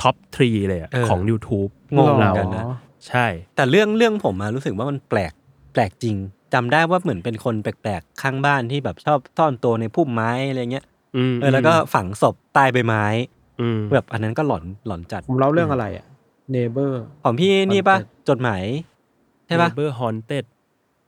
D: ท็อปทรีเลยอะของ YouTube
B: งงเหมือน
D: เรา
B: กันนะ
D: ใช่
B: แต่เรื่องเรื่องผมอะรู้สึกว่ามันแปลกแปลกจริงจำได้ว่าเหมือนเป็นคนแปลกๆ ข้างบ้านที่แบบชอบซ่อนตัวในพุ่มไม้อะไรเงี้ย
D: อืม
B: เออแล้วก็ฝังศพใต้ใบไม้
D: อืม
B: แบบอันนั้นก็หลอนหลอนจัด
C: ผมเล่าเรื่องอะไรอ่ะเนเบอร์
B: ของพี่นี่ปะ
C: หลอนจัด
B: จดหมาย ใช่ปะ
D: เบอร์ฮอนเต็ด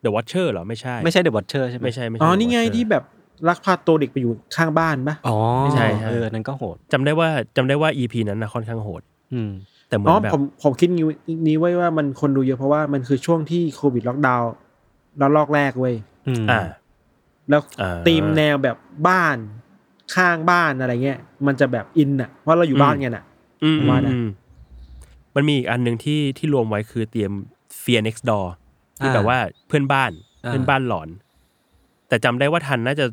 D: เดอะวอชเชอร์เหรอ ไม่ใช่
B: ไม่ใช่เดอะบอทเชอร์ใช่ไหม
D: ไม่ใช่ไม่ใช่
C: อ๋อ นี่ไง
D: The Watcher
C: ที่แบบลักพาตัวเด็กไปอยู่ข้างบ้านปะ
B: อ๋อ
D: ไม่ใช่ใช่
B: เอออันนั้นก็โหด
D: จำได้ว่าจำได้ว่า EP นั้นนะค่อนข้างโหด
B: อืม
D: แต่เหมือ
C: อ๋อน
D: แบบ
C: ผมผมคิดนี้นี้ไว้ว่ามันคนดูเยอะเพราะว่ามันคือช่วงที่โควิดล็อกดาวน์แล้วลอกแรกเว้ย
B: อืม
D: อ่า
C: แล้ว
D: อ่า
C: ธีมแนวแบบบ้านข้างบ้านอะไรเงี้ย มันจะแบบอินอ่ะเพราะเราอยู่
D: อืม
C: บ้านกันอ่ะ
D: อืม
C: ว่านะ
D: อืมมันมีอีกอันหนึ่งที่ที่รวมไว้คือเตรียม Fear Next Door ที่
B: อ่
D: แบบว่าเพื่อนบ้าน
B: อ่า
D: เพื่อนบ้านหลอน แต่จำได้ว่าทันน่าจะ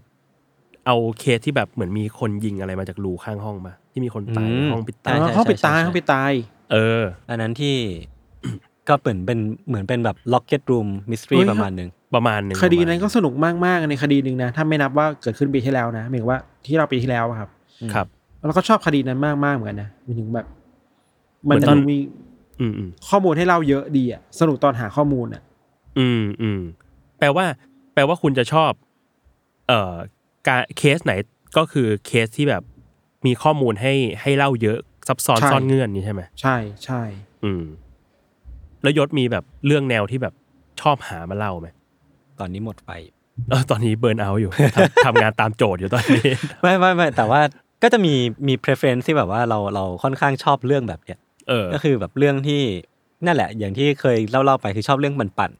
D: เอาเคสที่แบบเหมือนมีคนยิงอะไรมาจากรูข้างห้องมา ที่มีคนตายในห้องปิด
B: ใช่
D: ตาย
B: ใช่
C: อ๋อห้องปิดตาย
B: ใช่ใช่
C: ห้องปิดตาย
D: เออ
B: อันนั้นที่ ก็เหมือนเป็นเหมือนเป็นแบบล็อกเก็ตรูมมิสทรีประมาณหนึ่ง
D: ประมาณหนึ่ง
C: คดีนั้น
D: ป
C: ก็
D: ระมาณห
C: สนุกมากๆในคดีหนึ่งนะถ้าไม่นับว่าเกิดขึ้นปีที่แล้วนะหมายถึงว่าที่เราปีที่แล้วอะครับ
D: นึ่งครับ
C: แล้วก็ชอบคดีนั้นมากมากๆเหมือนกันนะหมันถึงแบบ
D: เหมื
C: มัน
D: อน
C: จะ
D: ตอน
C: มี
D: อืมอืม
C: ข้อมูลให้เล่าเยอะดีอ่ะสนุกตอนหาข้อมูลอ่ะ
D: อืมอืมแปลว่า แปลว่าคุณจะชอบ เอ่อการเคสไหนก็คือเคสที่แบบมีข้อมูลให้ให้เล่าเยอะซับซ้อน
C: ใช่
D: ซ่อนเงื่อนนี่ใช่ไหม
C: ใช่ใช่
D: อืม แล้วยศมีแบบเรื่องแนวที่แบบชอบหามาเล่าไหม
B: ตอนนี้หมดไฟ
D: เออตอนนี้เบิร์นเอาท์อยู่ ทำทำงานตามโจทย์อยู่ตอนนี้
B: ไม่ไม่ไม่แต่ว่าก็จะมีมี preference ที่แบบว่าเราเราค่อนข้างชอบเรื่องแบบเนี้ย
D: เออ
B: ก็คือแบบเรื่องที่นั่นแหละ อย่างที่เคยเล่าเล่าไปคือชอบเรื่องปั่น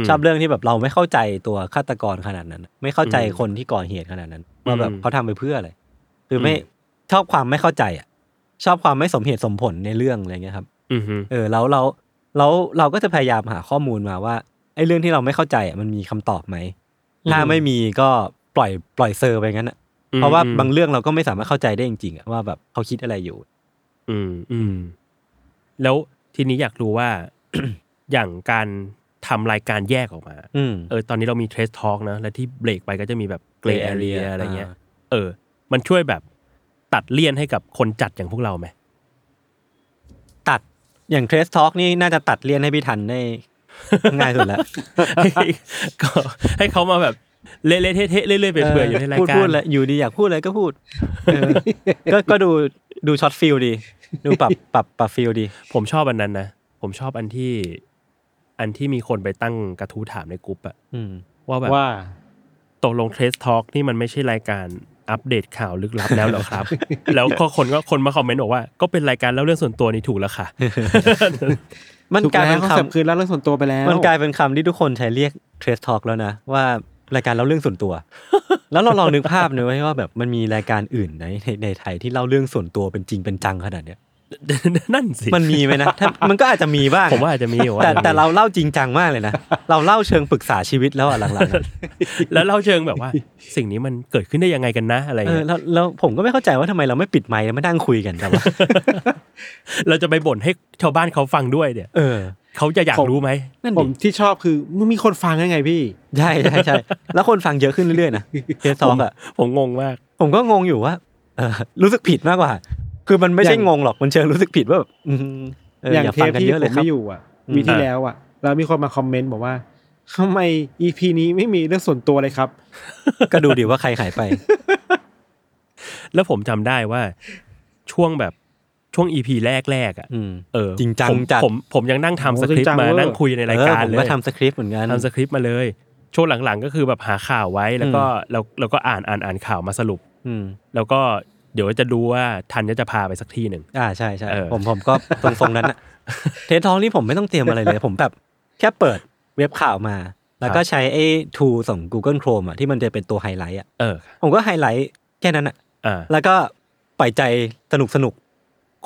D: ม
B: ๆชอบเรื่องที่แบบเราไม่เข้าใจตัวฆาตกรขนาดนั้น ไม่เข้าใจ
D: อืม
B: คนที่ก่อเหตุขนาดนั้นว่าแบบ
D: อืม
B: เขาทำไปเพื่ออะไรคือไม่
D: อืม
B: ชอบความไม่เข้าใจอ่ะชอบความไม่สมเหตุสมผลในเรื่องอะไรเงี้ยครับ
D: อือฮึ
B: เออแล้วเราเราเราก็จะพยายามหาข้อมูลมาว่าไอ้เรื่องที่เราไม่เข้าใจอะมันมีคำตอบไหมถ้าไม่มีก็ปล่อยปล่อยเซอร์ไปงั้นอะ เพราะว่าบางเรื่องเราก็ไม่สามารถเข้าใจได้จริงๆอะว่าแบบเขาคิดอะไรอยู่
D: อืมอืม แล้วทีนี้อยากรู้ว่า อย่างการทำรายการแยกออกมา
B: อืม
D: เออ ตอนนี้เรามีเทรสทอ l k นะ และที่เบรกไปก็จะมีแบบเกร
B: Grey
D: ย์แอเรีย
B: Area
D: อะไรเงี้ย
B: อ่า
D: เออ มันช่วยแบบตัดเลี่ยนให้กับคนจัดอย่างพวกเราไหม
B: ตัดอย่างเทรสทอ l k นี่น่าจะตัดเลี่ยนให้พี่ทันได้ ง่ายสุดแล้ว
D: ก็ให้เขามาแบบเละๆเทะๆเรื่อยๆไปเปื่อยๆอยู่ในราย
B: พูด
D: การ
B: พูดเลยอยู่ดีอยากพูดอะไรก็พูดเออ ก็ก็ดูดูช็อตฟิลดี ดูปรับปรับปรับฟิลดี
D: ผมชอบอันนั้นนะ ผมชอบอันที่ อันที่มีคนไปตั้งกระทู้ถามในกลุ่มอะ
B: อืม
D: ว่าแบบ
C: ว่า
D: ตกลงเทสทอ l k นี่มันไม่ใช่รายการ อัปเดตข่าวลึกลับแล้วเหรอครับ แล้วก็คนก็คนมาคอมเมนต์บอกว่าก็เป็นรายการเล่าเรื่องส่วนตัวนี่ถูก แล้วค่ะ
B: มัน
C: ถูก
B: กลาย
C: แล้ว
B: เป็นค
C: คอนเซปต์คือเล่าเรื่องส่วนตัวไปแล้ว
B: ำมันกลายเป็นคำที่ทุกคนใช้เรียกเทรสทอ l k แล้วนะ ว่ารายการเล่าเรื่องส่วนตัว แล้วเราลองนึกภาพหน่อยไหมว่าแบบมันมีรายการอื่นไหนในในไทยที่เล่าเรื่องส่วนตัวเป็นจริงเป็นจังขนาดเนี้ย
D: นั่นสิ
B: มันมีไหมนะถ้ามันก็อาจจะมีบ้าง
D: ผมว่าอาจจะมีอยู่ว่า
B: แต่
D: อาจจะมี
B: แต่เราเล่าจริงจังมากเลยนะ เราเล่าเชิงปรึกษาชีวิตแล้วอะหลังๆอะ
D: แล้วเล่าเชิงแบบว่า สิ่งนี้มันเกิดขึ้นได้ยังไงกันนะอะไร
B: เออ
D: เงี้ย
B: แล้วแล้วผมก็ไม่เข้าใจว่าทำไมเราไม่ปิดไมค์แล้วมานั่งคุยกันแต่ว่า
D: เราจะไปบ่นให้ชาวบ้านเขาฟังด้วยเนี่ย
B: เออ
D: เขาจะอยากรู้ไหม
B: นั่น
C: ผ
B: ดิ
C: มที่ชอบคือมึงมีคนฟังยังไงพี่
B: ใช่ใช่ใช่แล้วคนฟังเยอะขึ้นเรื่อยๆนะเทสซอกอะ
D: ผมงงมาก
B: ผมก็งงอยู่ว่าเออรู้สึกผิดมากกว่า คือมันไม่ใช่
C: อย่าง
B: งงหรอกมันเชิงรู้สึกผิดว่าแบบอืมเออ
C: อ
B: อย่าง ย่า
C: เท
B: ฟั
C: ป
B: งกัน
C: ที่
B: เยอะ
C: ผ
B: เลย
C: ม
B: ครับ
C: ไม่อยู่อ่ะวีคที่
D: อ่า
C: แล้วอ่ะ แล้วมีคนมาคอมเมนต์บอกว่าทำไมอีพีนี้ไม่มีเรื่องส่วนตัวเลยครับ
B: ก็ดูดิว่าใครหายไป
D: แล้วผมจำได้ว่าช่วงแบบช่วงอีพีแรกๆอ่ะ
B: อืม
D: เออ
B: จริงจัง
D: ผม
B: จัด
D: ผมผมยังนั่งทำ
C: โอ้
D: สคริป
C: จริงจัง
D: ต์มา
C: เวอร์
D: นั่งคุยในรายการ
B: ออผม
D: เล
B: ก็
D: ย
B: ทำสคริปต์เหมือนกัน
D: ทำสคริปต์มาเลย ช่วงหลังๆก็คือแบบหาข่าวไว้แล้วก็แล้วแล้วก็อ่านอ่านอ่านข่าวมาสรุป
B: อืม
D: แล้วก็เดี๋ยวจะดูว่าทันจะพาไปสักที่หนึ่ง
B: อ่าใช่ใช่
D: เออ
B: ผมผมก็ตรงๆนั้นอะเทสทองนี่ผมไม่ต้องเตรียมอะไรเลย ผมแบบ แค่เปิดเว็บข่าวมา แล้วก็ใช้ไอ้ทูของ Google Chrome อะที่มันจะเป็นตัวไฮไลท์อะ
D: เออ
B: ผมก็ไฮไลท์แค่นั้นอะ
D: อ่า
B: แล้วก็ปล่อยใจสนุกสนุก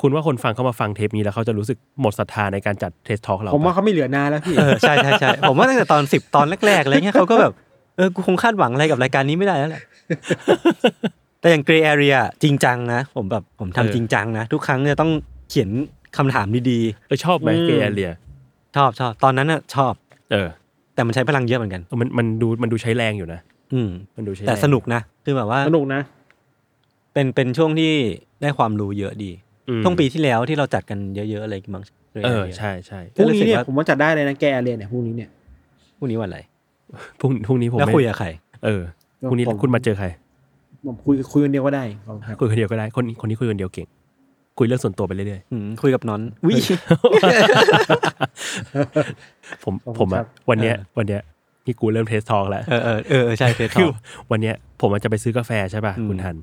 D: คุณว่าคนฟังเข้ามาฟังเทปนี้แล้วเขาจะรู้สึกหมดศรัทธาในการจัดเทสทอล์กเรา
C: ผมว่า
D: ปะ
C: เขาไม่เหลือนานแล้วพี่
B: เออใช่ใช่ใช่ผมว่าตั้งแต่ตอนสิบตอนแรกๆอะไรเงี้ยเขาก็แบบ เออ กูคงคาดหวังอะไรกับรายการนี้ไม่ได้แล้วแหละ แต่อย่าง Gray Area จริงจังนะ ผมแบบผมทำจริงจังนะ ทุกครั้งเนี่ยต้องเขียนคำถามดี
D: เออชอบไหม
C: อืม
D: เกย์แอเรีย
B: ๆ ชอบชอบตอนนั้นน่ะชอบ
D: เออ
B: แต่มันใช้พลังเยอะเหมือนกัน
D: เออมันมันดูมันดูใช้แรงอยู่นะ
B: อืม
D: มันดูใช้รง
B: แต่สนุกนะ คือแบบว่า
C: สนุกนะ
B: เป็นเป็นช่วงที่ได้ความรู้เยอะดี
D: อืม
B: ช่วงปีที่แล้วที่เราจัดกันเยอะ ๆ อะไรมั้ง Grey
D: เออ
B: Area
D: ใช่ใช่
C: พรุ่งนี้เนี่ย
B: รู้สึกว่า
C: ผมว่าจัดได้เลยนะแกเรียนเนี่ยพรุ่งนี้เนี่ย
B: พรุ่งนี้วันอะไร
D: พรุ่งพรุ่งนี้ผม
B: แล้ว
D: ไม่
B: คุยกับใคร
D: เออคุณนี้
C: ผม
D: คุณมาเจอใคร
C: ผมคุยคุยคนเดียวก็ได้ขอบคุณครับ
D: คุยคนเดียวก็ได้ คนคนนี้คุยคนเดียวเก่ง คุยเรื่องส่วนตัวไปเรื่อย
B: อืมคุยกับน้อนวิ
D: ๆ ผมผมอะวันเนี้ยวันเนี้ยนี่กูเริ่มเทสทองแล้ว
B: เออเออเอ อใช่เฟซ
D: คือ
B: เขา
D: วันเนี้ยผมอะจะไปซื้อกาแฟใช่ป่ะ
B: อืม
D: คุณทัน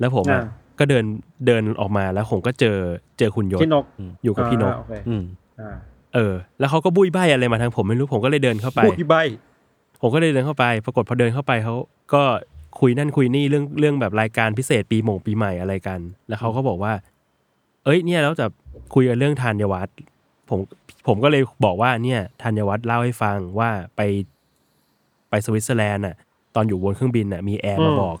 D: แล้วผมอะก็เดินเดินออกมาแล้วผมก็เจอเจอคุณยศ
C: พี่นก
D: อยู่กับพี่นก
C: าโอเค
B: อืม
C: อ่า
D: เออ แล้วเขาก็บุ้ยใบอะไรมาทางผมไม่รู้ผมก็เลยเดินเข้าไป
C: อุ้ยใบ
D: ผมก็เลยเดินเข้าไป ปรากฏพอเดินเข้าไปเขาก็คุยนั่นคุยนี่เรื่องเรื่องแบบรายการพิเศษปีหมงปีใหม่อะไรกัน แล้วเขาก็บอกว่า เอ้ยเนี่ยแล้วจะคุยกันเรื่องธัญวัฒน์ผมผมก็เลยบอกว่าเนี่ยธัญวัฒน์เล่าให้ฟังว่าไปไปสวิตเซอร์แลนด์น่ะ ตอนอยู่บนเครื่องบินน่ะมีแอร์มาบอก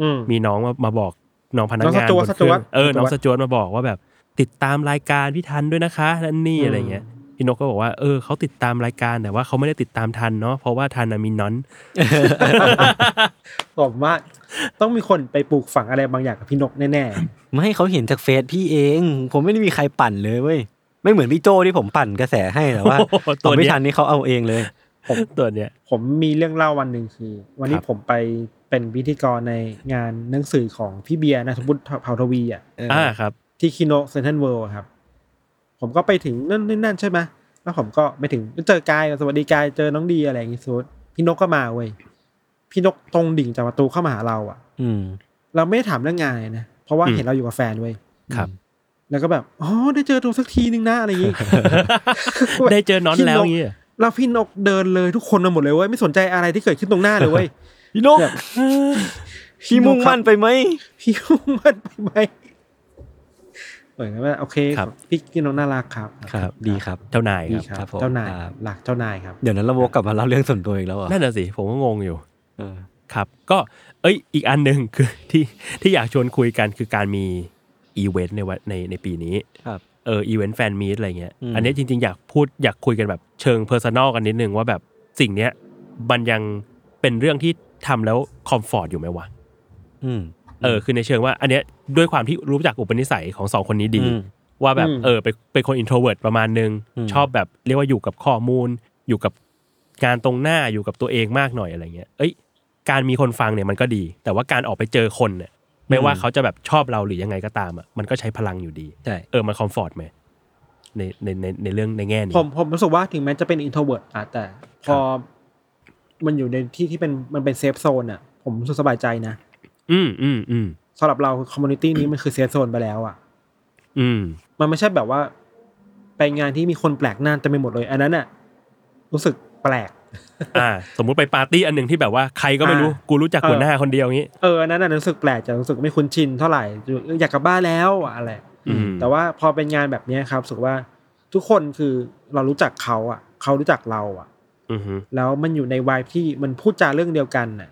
C: อืม
D: มีน้องมามาบอกน้องพนัก
C: น้องส
D: งาน
C: จ๊
D: บ
C: วต
D: นเครื่
C: สจ๊
D: อ
C: วต
D: งเออน้อง
C: ส
D: ส
C: จ๊
D: จว
C: วต
D: ตมาบอกว่าแบบ ติดตามรายการพี่ทันด้วยนะคะนั่นนี่
C: อืม
D: อะไรเงี้ยพี่นกก็บอกว่าเออเขาติดตามรายการแต่ว่าเขาไม่ได้ติดตามทันเนาะเพราะว่าทันน่ะมีน้อน
C: ผมว่าต้องมีคนไปปลูกฝังอะไรบางอย่างกับพี่นกแน่
B: ไม่ให้เขาเห็นจากเฟซพี่เอง ผมไม่ได้มีใครปั่นเลยเว้ยไม่เหมือนพี่โจที่ผมปั่นกระแสให้แต่ว่า
D: โอ้โหตัว
B: ผม
D: เนี้
B: ไม่
D: ย
B: ทันนี่เขาเอาเองเลย
D: ตัวเนี้ย
C: ๆ ผมมีเรื่องเล่าวันหนึ่งคือ วัน
D: ค
C: นี้
D: รับ
C: ผมไปเป็นพิธีกรในงานหนังสือของพี่เบียร์นะสมบุติเผ่าทวีอ่ะ
D: อ่าครับ
C: ที่คิโนะเซนทันเวิลด์ครับ ผมก็ไปถึงนั่นนี่นั่นใช่ไหมแล้วผมก็ไปถึงเจอกายสวัสดีกายเจอน้องดีอะไรอย่างงี้สุดพี่นกก็มาเว้ยพี่นกตรงดิ่งจากประตูเข้ามาหาเราอะ
B: อืม
C: เราไม่ได้ถามเรื่องงานนะเพราะว่า
D: อืม
C: เห็นเราอยู่กับแฟนเว้ย
D: ครับ
C: แล้วก็แบบอ๋อได้เจอตัวสักทีนึงนะอะไรอย่าง งี้
D: ได้เจอน้อนแล้ว
C: พี่นก
D: เงี้ย
C: แล้วพี่นกเดินเลยทุกคนมาหมดเลยเว้ยไม่สนใจอะไรที่เกิดขึ้นตรงหน้าเลยเว้ย
B: พี่นก
C: แบบ
B: พี่มุ่งมั่นไปไหม
C: พี่มุ่งมั่นไปไหมเหมือนกันว่าโอเคพี่พี่นกน่ารักครับ
B: ครับ ดีครับ
D: เจ้านาย
C: ดี
D: ค
C: ครับ
B: ค
C: รับ
B: รับผม
C: เจ้านายหลักเจ้านายครับ
B: เดี๋ยวนั้นเราวกกลับมาเล่าเรื่องส่วนตัวอีกแล้วเหรอ
D: นั่นน่ะสิผมก็งงอยู่
B: เออ
D: ครับ ก็เอ้ยอีกอันหนึ่ง คือที่ที่อยากชวนคุยกันคือการมีอีเวนต์ในวันในในปีนี้
B: ครับ
D: เอออีเวนต์แฟนมีตอะไรเงี้ย
B: อืม
D: อันเนี้ยจริง ๆ อยากพูดอยากคุยกันแบบเชิงเพอร์ซันอลกันนิดนึงว่าแบบสิ่งเนี้ยมันยังเป็นเรื่องที่ทำแล้วคอมฟอร์ตอยู่ไหมวะ
B: อืม
D: เออคือในเชิงว่า อันเนี้ยด้วยความที่รู้จักอุปนิสัยของสองคนนี้ดี
B: อืม
D: ว่าแบบ
C: อืม
D: เออเป็นเป็นคนอินโทรเวิร์ตประมาณนึง
B: อืม
D: ชอบแบบเรียกว่าอยู่กับข้อมูล อยู่กับงานตรงหน้าอยู่กับตัวเองมากหน่อยอะไรเงี้ยเอ้ยการมีคนฟังเนี่ยมันก็ดี แต่ว่าการออกไปเจอคนเนี่ยไม่ว่าเขาจะแบบชอบเราหรือยังไงก็ตามอ่ะมันก็ใช้พลังอยู่ดี
B: ใช่
D: เออมันคอมฟอร์ตไหมในในในในเรื่องในแง่นี้
C: ผมผมรู้สึกว่าถึงแม้จะเป็นอินโทรเวิร์ดอะแต่ พอมันอยู่ในที่ที่เป็นมันเป็นเซฟโซนอะผมรู้สึกสบายใจนะ
D: อืมอืมอืม
C: สำหรับเราคอมมูนิตี้นี้มันคือเซฟโซนไปแล้วอ่ะ
D: อืม
C: มันไม่ใช่แบบว่า ไปงานที่มีคนแปลกหน้าเต็มไปหมดเลย อันนั้นอ่ะ รู้สึกแปลก
D: อ่า สมมุติไปปาร์ตี้อันหนึ่งที่แบบว่าใครก็ไม่รู้
C: อ่ากู
D: กูรู้จักหัวหน้าคนเดียวงี้
C: เอออันนั้นน่ะรู้สึกแปลกจะรู้สึกไม่คุ้นชินเท่าไหร่อยากกลับบ้านแล้วอะไร
D: อืม
C: แต่ว่าพอเป็นงานแบบเนี้ยครับรู้สึกว่าทุกคนคือเรารู้จักเขาอ่ะ เขารู้จักเราอ่ะ
D: อือฮึ
C: แล้วมันอยู่ในวายที่มันพูดจาเรื่องเดียวกันน่ะ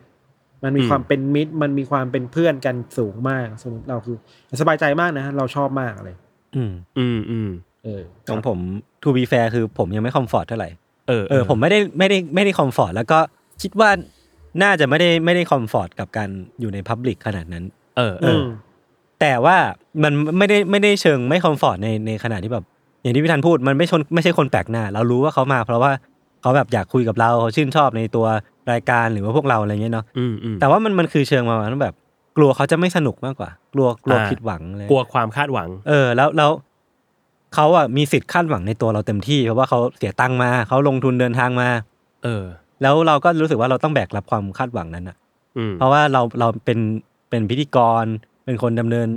C: มันมี
D: อืม
C: ความเป็นมิตร มันมีความเป็นเพื่อนกันสูงมาก สมมติเราคือสบายใจมากนะ เราชอบมากเลย
B: อืม
D: อืมอืม
C: เออ
B: ของผม to be fair คือผมยังไม่คอมฟอร์ตเท่าไหร่
D: เออ
B: เออผมไม่ได้ไม่ได้ไม่ได้คอมฟอร์ตแล้วก็คิดว่าน่าจะไม่ได้ไม่ได้คอมฟอร์ตกับการอยู่ในพับลิกขนาดนั้น
D: เออเอ
C: อื
D: อ
C: ม
B: แต่ว่ามันไม่ได้ไม่ได้เชิงไม่คอมฟอร์ตในในขณะที่แบบ อย่างที่พี่ธันพูดมันไม่ชนไม่ใช่คนแปลกหน้า เรารู้ว่าเขามา เพราะว่าเขาแบบอยากคุยกับเราเขาชื่นชอบในตัวรายการหรือว่าพวกเราอะไรเงี้ยเนาะ
D: อืมอืม
B: แต่ว่ามันมันคือเชิงประมาณว่าแบบ กลัวเขาจะไม่สนุกมากกว่า กลัวกลัว
D: อ่า
B: ผิดหวังอะไร
D: กลัวความคาดหวัง
B: เออแล้วแล้วเขาอ่ะมีสิทธิ์คาดหวังในตัวเราเต็มที่เพราะว่าเขาเสียตังค์มาเขาลงทุนเดินทางมา
D: เออ
B: แล้วเราก็รู้สึกว่าเราต้องแบกรับความคาดหวังนั้นอะ
D: อืม
B: เพราะว่าเราเราเป็นเป็นพิธีกร เป็นคนดำเนิน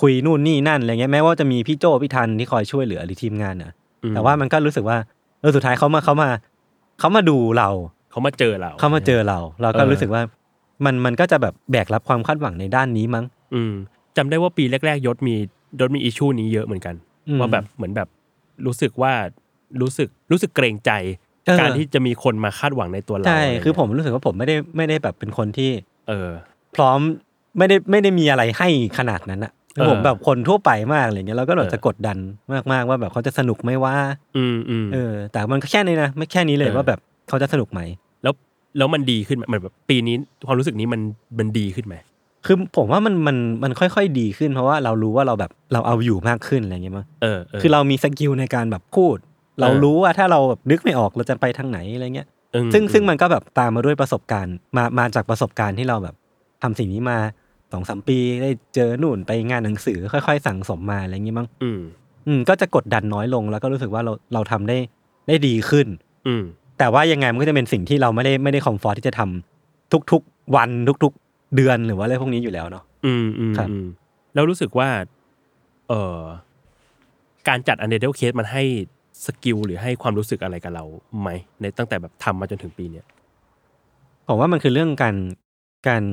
B: คุยนู่นนี่นั่นอะไรเงี้ยแม้ว่าจะมีพี่โจพี่ทันที่คอยช่วยเหลือหรือทีมงานเนี่ย
D: อืม
B: แต่ว่ามันก็รู้สึกว่าเออสุดท้ายเขามาเขามาเขามาดูเรา
D: เขามาเจอเรา
B: เขามาเจอเรา เราก็
D: เออ
B: รู้สึกว่า มันมันก็จะแบบแบกรับความคาดหวังในด้านนี้มั้ง
D: อืมจำได้ว่าปีแรกๆยศมียศมีอิชูนี้เยอะเหมือนกัน
B: อืม
D: ว่าแบบเหมือนแบบรู้สึกว่ารู้สึกรู้สึกเกรงใจ
B: เออ
D: การที่จะมีคนมาคาดหวังในตัว
B: ใช่
D: เราะไรเงี้ย
B: คือผมรู้สึกว่าผมไม่ได้ไม่ได้แบบเป็นคนที่
D: เออ
B: พร้อมไม่ได้ไม่ได้มีอะไรให้ขนาดนั้นอะ
D: เออ
B: ผมแบบคนทั่วไปมากอะไรเงี้ยเราก็แบบ
D: เออ
B: จะกดดันมากๆว่าแบบเขาจะสนุกไหมว่า
D: อืมอืม
B: เออ แต่มันก็แค่นี้นะไม่แค่นี้เลย
D: เออ
B: ว่าแบบเขาจะสนุกไหม
D: แล้วแล้วมันดีขึ้นไหมเหมือนแบบปีนี้ความรู้สึกนี้มันมันดีขึ้นไหม
B: คือผมว่ามันมันมันค่อยๆดีขึ้นเพราะว่าเรารู้ว่าเราแบบเราเอาอยู่มากขึ้นอะไรเงี้ยมั้ง
D: เออเออ
B: คือเรามีสกิลในการแบบพูด เรา
D: เออ
B: รู้ว่าถ้าเราแบบนึกไม่ออกเราจะไปทางไหนอะไรเงี้ย
D: อืม
B: ซึ่งซึ่ง
D: อื
B: มันก็แบบตามมาด้วยประสบการณ์มามาจากประสบการณ์ที่เราแบบทำสิ่งนี้มาสองสามปีได้เจอหนุนไปงานหนังสือค่อย ๆ สั่งสมมาอะไรเงี้ยมั้ง
D: อืม
B: อืมก็จะกดดันน้อยลงแล้วก็รู้สึกว่าเราเราทำได้ได้ดีขึ้น
D: อืม
B: แต่ว่ายังไงมันก็จะเป็นสิ่งที่เราไม่ได้ไม่ได้คอมฟอร์ทที่จะทำทุกๆวันทุกๆ เดือนหรือว่าอะไรพวกนี้อยู่แล้วเนาะ
D: อืมอืม
B: ครับ
D: อืมแล้วรู้สึกว่า เออการจัดอันเดอร์เคสมันให้สกิลหรือให้ความรู้สึกอะไรกับเราไหมในตั้งแต่แบบทำมาจนถึงปีเนี้ย
B: ผมว่ามันคือเรื่องการการ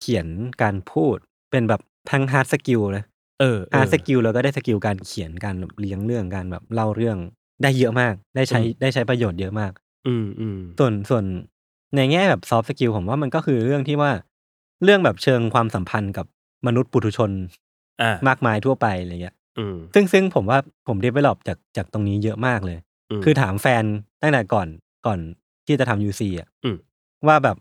B: เขียนการพูดเป็นแบบทั้งฮาร์ดสกิลนะ
D: เออเอ
B: ฮา
D: อ
B: ร์ดสกิลแล้วก็ได้สกิลการเขียนการเลี้ยงเรื่องการแบบเล่าเรื่องได้เยอะมาก ได้ใช้
D: อืม
B: ได้ใช้ประโยชน์เยอะมาก
D: อืมอืม
B: ส่วนส่วนในแง่แบบซอฟต์สกิลผมว่ามันก็คือเรื่องที่ว่าเรื่องแบบเชิงความสัมพันธ์กับมนุษย์ปุถุชน
D: อ่าม
B: ากมายทั่วไปอะไรเงี้ย
D: อืม
B: ซึ่งซึ่งผมว่าผมเดเวลลอปจากจากตรงนี้เยอะมากเลย
D: ม
B: คือถามแฟนตั้งแต่ก่อนก่อนที่จะทำยูซีอ่ะ
D: อืม
B: ว่าแบบ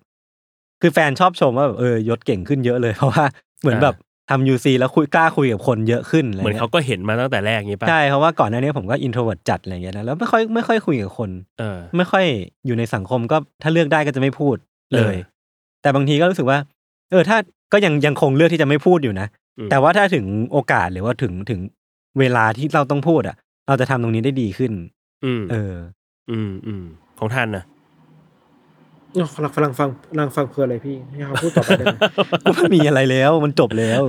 B: คือแฟนชอบชมว่าแบบเออยศเก่งขึ้นเยอะเลย เพราะว่าเหมือน
D: อ่า
B: แบบทำยูซีแล้วคุยกล้าคุยกับคนเยอะขึ้นอะไร
D: เหมือน
B: เงี้
D: เขา
B: ย
D: ก็เห็นมาตั้งแต่แรกงี้ป่ะ
B: ใช่เพราะว่าก่อนหน้านี้ผมก็อินโทรเวิร์จัดอะไรเงี้ยนะแล้วไม่ค่อยไม่ค่อยคุยกับคน
D: เออ
B: ไม่ค่อยอยู่ในสังคมก็ถ้าเลือกได้ก็จะไม่พูดเลย
D: เออ
B: แต่บางทีก็รู้สึกว่า เออถ้าก็ยังยังคงเลือกที่จะไม่พูดอยู่นะ
D: อืม
B: แต่ว่าถ้าถึงโอกาสหรือว่าถึงถึงเวลาที่เราต้องพูดอ่ะ เราจะทำตรงนี้ได้ดีขึ้น
D: อืม
B: เออ
D: อืมอืมของท่านนะ
C: เนี่ยกำลังฟังกำลังฟังเพลินเลยพี่ให้เขาพูดต่อไปได้ไหม
B: ก็ไม่มีอะไรแล้วมันจบแล้ว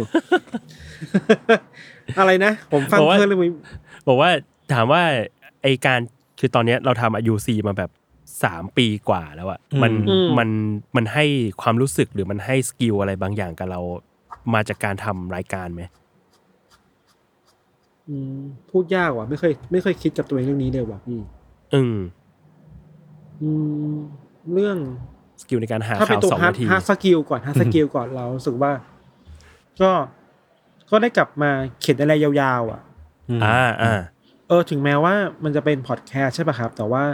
C: อะไรนะ ผมฟังเพลินเลยมึง
D: บอกว่าถามว่าไอการคือตอนเนี้ยเราทำอายุซีมาแบบสามปีกว่าแล้วอะ
B: อืม
D: มันมันมันให้ความรู้สึกหรือมันให้สกิลอะไรบางอย่างกับเรามาจากการทำรายการไหม
C: อืมพูดยากว่ะไม่เคย ไม่เคยคิดกับตัวเองเรื่องนี้เลยว่ะพี่
D: อืม
C: อืมเรื่อง
D: สกิลในการหา
C: ถ้าเป็น
D: ข่าว
C: ตัว
D: สอง
C: ฮาร์ด
D: นาที
C: ฮาร์ดสกิลก่อนฮาร์ดสกิลก่อนเรารู้สึกว่า ก็ก็ได้กลับมาเขียนอะไรยาวๆ อ่ะ
B: ม
D: อ่าอ่า
C: เออถึงแม้ว่ามันจะเป็นพอดแคสต์ใช่ป่ะครับ แต่ว่า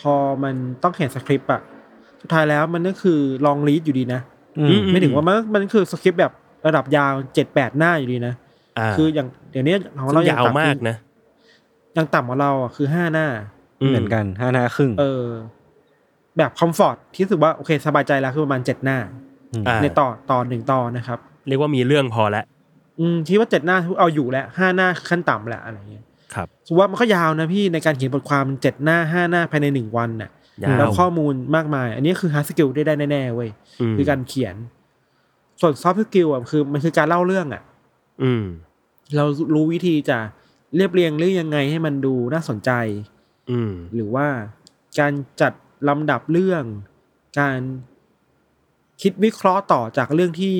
C: พอมันต้องเขียนสคริปต์อ่ะสุดท้ายแล้วมันก็คือลองรีดอยู่ดีนะ
B: อืม
C: ไม่ถึงว่ามันมันคือสคริปต์แบบระดับยาวเจ็ดแปดหน้าอยู่ดีนะ
D: อ่า
C: คืออย่างเดี๋ยวนี้ของ
D: ซึ่ง
C: เรา
D: ยาวมากนะ
C: ยังต่ำกว่าเราอ่ะคือห้าหน้า
B: เหมือนกันห้าหน้าครึ่ง
C: เออ แบบคอมฟอร์ตที่รู้สึกว่าโอเคสบายใจแล้วคือประมาณเจ็ดหน้า
B: ม
D: อ่า
C: ในต่อตอนหนึ่งตอนนะครับ
D: เรียกว่ามีเรื่องพอแล้ว
C: อืมคิดว่าเจ็ดหน้าเอาอยู่แล้วห้าหน้าขั้นต่ำแหละอะไรเงี้ย
D: ครับ
C: สมมุติว่ามันก็ยาวนะพี่ในการเขียนบทความเจ็ดหน้าห้าหน้าภายในหนึ่งวันน่ะ
D: ยาว
C: แล้วข้อมูลมากมาย อันนี้คือฮาร์ดสกิลได้ได้แน่ๆเว้ย
D: ม
C: คือการเขียน ส่วนซอฟต์สกิลอ่ะคือมันคือการเล่าเรื่องอ่ะ
D: อืม
C: เรารู้วิธีจะเรียบเรียงเรื่องยังไงให้มันดูน่าสนใจ
D: อืม
C: หรือว่าการจัดลำดับเรื่อง การคิดวิเคราะห์ต่อจากเรื่องที่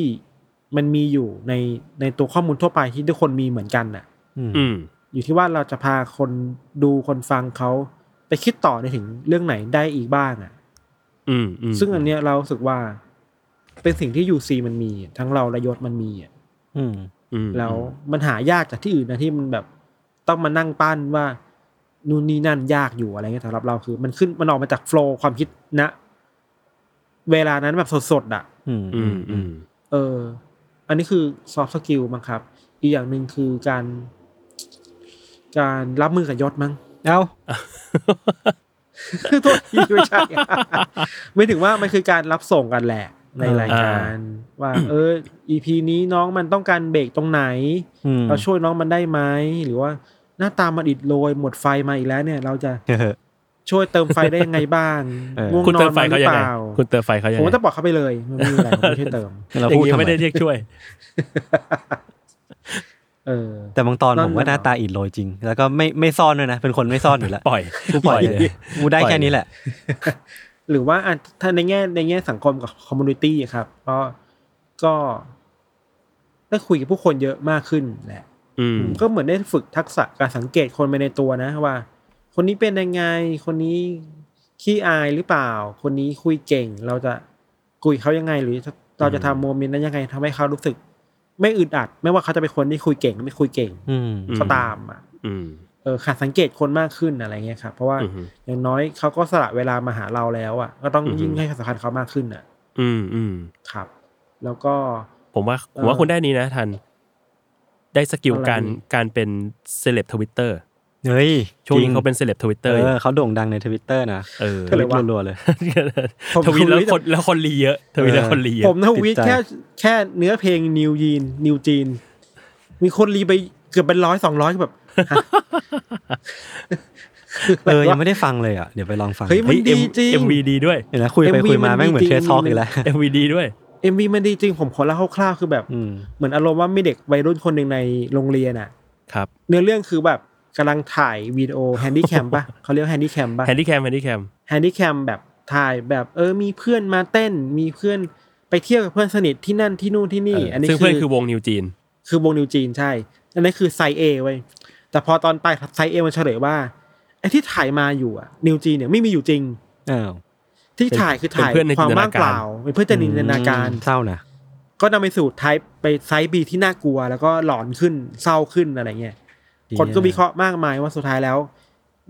C: มันมีอยู่ในในตัวข้อมูลทั่วไปที่ทุกคนมีเหมือนกันน่ะ
B: อืม
D: อืม
C: อยู่ที่ว่าเราจะพาคนดูคนฟังเขาไปคิดต่อในถึงเรื่องไหนได้อีกบ้างอ่ะ
D: อืมอืม
C: ซึ่งอันเนี้ยเรารู้สึกว่า เป็นสิ่งที่ยูซีมันมี ทั้งเราและยศมันมีอ่ะ
B: อืม
D: อืม
C: แล้วมันหายากจากที่อื่นนะที่มันแบบต้องมานั่งปั้นว่านู่นนี่นั่นยากอยู่อะไรเงี้ยสำหรับเราคือ มันขึ้นมันออกมาจากโฟล์ความคิดนะ เวลานั้นแบบสดๆอ่ะ
B: อืม
D: อืมอืม
C: เออ อันนี้คือซอฟต์สกิลมั้งครับ อีกอย่างหนึ่งคือการ การรับมือกับยศมั้ง
B: เอ้า
C: คือตัวทีไม่ใช่ ไม่ถึงว่ามันคือการรับส่งกันแหละ ในรายการ ว่า เออ EP นี้น้องมันต้องการเบรกตรงไหน
B: อืม
C: เราช่วยน้องมันได้ไหมหรือว่าหน้าตามันอิดโรยหมดไฟมาอีกแล้วเนี่ย เราจะ
B: เฮ้ย
C: ช่วยเติมไฟได้ยังไงบ้าง
B: เออ
C: ง่วง
D: คุณ
C: นอ
D: เติม
C: น
D: ไฟ
C: มันหรือ
D: เขายัง
C: เป
D: ไง
C: ล่า
D: คุณเติมไฟเขายั
C: ผ
D: ง
C: ม
D: ไง
C: ก็จะบอกเขาไปเลยมันไม่มีอะไรผมไม่ช่วยเติม
B: เรา
D: อย่า
B: พู
D: ง
B: ด
D: นี้
B: ทำไม
D: ไม่ได้เรียกช่วย
C: เออ
B: แต่บางตอน
C: นั่น
B: ผมว่า
C: น่ะ
B: หน้าตาอิดโรยจริง แล้วก็ไม่ไม่ซ่อนด้วยนะ เป็นคนไม่ซ่อนอยู่แล้ว
D: ปล่อย
B: กูปล่อยเลยกูได้แค่นี้แหละ
C: หรือว่าอ่ะถ้าในแง่ในแง่สังคมกับคอมมูนิตี้ครับก็ก็ได้คุยกับผู้คนเยอะมากขึ้นแหละ
D: อืม
C: ก็เหมือนได้ฝึกทักษะการสังเกตคนไปในตัวนะว่า คนนี้เป็นยังไง คนนี้ขี้อายหรือเปล่า คนนี้คุยเก่ง เราจะคุยเขายังไง หรือเราจะทำโมเมนต์นั้นยังไงทำให้เขารู้สึก ไม่อึดอัด ไม่ว่าเขาจะเป็นคนที่คุยเก่งหรือไม่คุยเก่ง
B: อืม
D: อืม
C: ก็ตามอ่ะ
D: อืม
C: เออขาดสังเกตคนมากขึ้นอะไรเงี้ยครับเพราะว่า
D: อือฮึ
C: อย่างน้อยเขาก็สละเวลามาหาเราแล้วอ่ะก็ต้อง
D: อือฮึ
C: ยิ่งให้ความสำคัญเขามากขึ้นอ่ะ
D: อืมอืม
C: ครับ แล้วก็
D: ผมว่าผมว่า
C: เออ
D: คุณได้นี้นะทัน ได้สกิล
C: อะไร
D: การ
C: ดี
D: การเป็นเซเลบทวิตเตอร์
B: เฮ้ย
D: ช่วง
B: จริ
D: นี้เขาเป็นเซเลบทวิตเต
B: เอ
D: อร์
B: อเขาโด่งดังในทวิตเตอร์นะ
D: เออ
B: ทวิตรัวๆเลย
C: ผม
D: ทวิตแล้ว
C: ผม
D: คนแล้วคนรีเยอะทวิตแล้วคนรีเยอะ
C: ผมนะวิ
B: ติดใจ
C: แค่แค่เนื้อเพลงนิวยีนนิวจีน มีคนรีไปเกือบเป็นร้อยสองร้อยแบบฮะ
B: เออยังไม่ได้ฟังเลยอ่ะเดี๋ยวไปลองฟัง
C: เฮ้ยมันดีจริง
D: เอ็มวีดีด้วย
B: เดี๋ยวนะคุยไป
C: MV
B: คุยมา
C: มัน
B: แม่งเหมือน
C: ดี
B: เท
C: จ
B: ส
C: ริง
B: ทอก
C: มัน
B: อีกแล้ว
D: เอ็มวีดีด้วย
C: เอ็มวีมันดีจริงผมขอเล่าคร่าวๆคือแบบ
B: อืม
C: เหมือนอารมณ์ว่ามีเด็กวัยรุ่นคนหนึ่งในโรงเรียนอ่ะ
D: ครับ
C: เนื้อเรื่องคือแบบกำลังถ่ายวิดีโอแฮนดี้แคมปะเขาเรียกแฮนดี้แคมปะ
D: แฮนดี้แคมแฮนดี้แคม
C: แฮนดี้แคมแบบถ่ายแบบเออมีเพื่อนมาเต้น มีเพื่อนไปเที่ยวกับเพื่อนสนิทที่นั่นที่นู่นที่นี่ อันนี้
D: ซึ่ง
C: คื
D: เพื่อน
C: อ
D: คือวงนิวจีน
C: คือวงนิวจีนใช่ อันนี้คือไซเอไว้ยแต่พอตอนไปไซเอมันเฉลยว่าไอ้ที่ถ่ายมาอยู่อะนิวจีนเนี่ยไม่มีอยู่จริง
B: อ้าว
C: ที่ถ่ายคือถ่าย
D: เป็นเพื่อนใน
C: ความ
D: จิน
C: ว่าน
D: ตาง
C: เป
D: การ
C: ล่าเป็นเพื่อนจินตนาการ
B: อืมเศร้านะ
C: ก็นำไปสู่ไทป์ไปไซบีที่น่ากลัว แล้วก็หลอนขึ้นเศร้าขึ้นอะไรเงี้ยคนก็วิเคราะห์มากมายว่าสุดท้ายแล้ว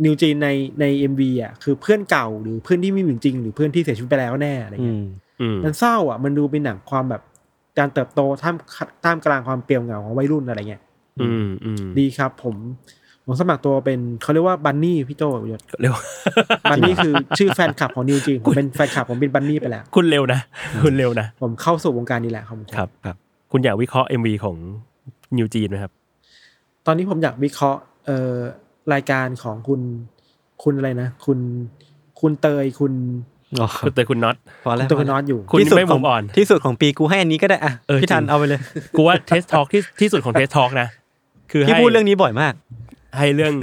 C: นิวจีนในในเอ็มวีอะคือเพื่อนเก่าหรือเพื่อนที่ไม่มีอยู่จริง หรือเพื่อนที่เสียชีวิตไปแล้วแน่อะไร
B: อื
C: เงี้
B: ม
C: ย
D: อืม
C: มันเศร้าอ่ะมันดูเป็นหนังความแบบการเติบโตท่ามท่ามกลางความเปรียวเหงาของวัยรุ่นอะไรเงี้ย
D: อืมอืม
C: ดีครับผมผมสมัครตัวเป็นเขาเรียกว่าบันนี่พี่โตยศ
D: เร็ว
C: บันนี่คือชื่อแฟนคลับของนิวจีนผมเป็นแฟนคลับผมเป็นบันนี่ไปแล้ว
D: คุณเร็วนะ คุณเร็วนะ
C: ผมเข้าสู่วงการนี้แหละครับผม
D: ครับ คุณอยากวิเคราะห์ MV ของนิวจีนไหมครับ
C: ตอนนี้ผมอยากวิเคราะห์เอ่อรายการของคุณคุณอะไรนะ คุณคุณเตยคุณ
B: อ๋อ
D: คุณเตยคุณน็อต
B: พอแล้ว
C: คุณเตยคุณน็อตอยู่
D: คุณ
B: ที่สุด
D: ไม่
B: ข
D: มุ
B: อง
D: มอ่อน
B: ที่สุดของปีกูให้อันนี้ก็ได้อ่ะ
D: เออ
B: พี่ทัน
D: จริง
B: เอาไปเลย
D: กูว่าเทสทอ l k ที่ที่สุดของเทสทอ l k นะ คือ
B: พี่
D: ให้
B: พูดเรื่องนี้บ่อยมาก
D: ให้เรื่อง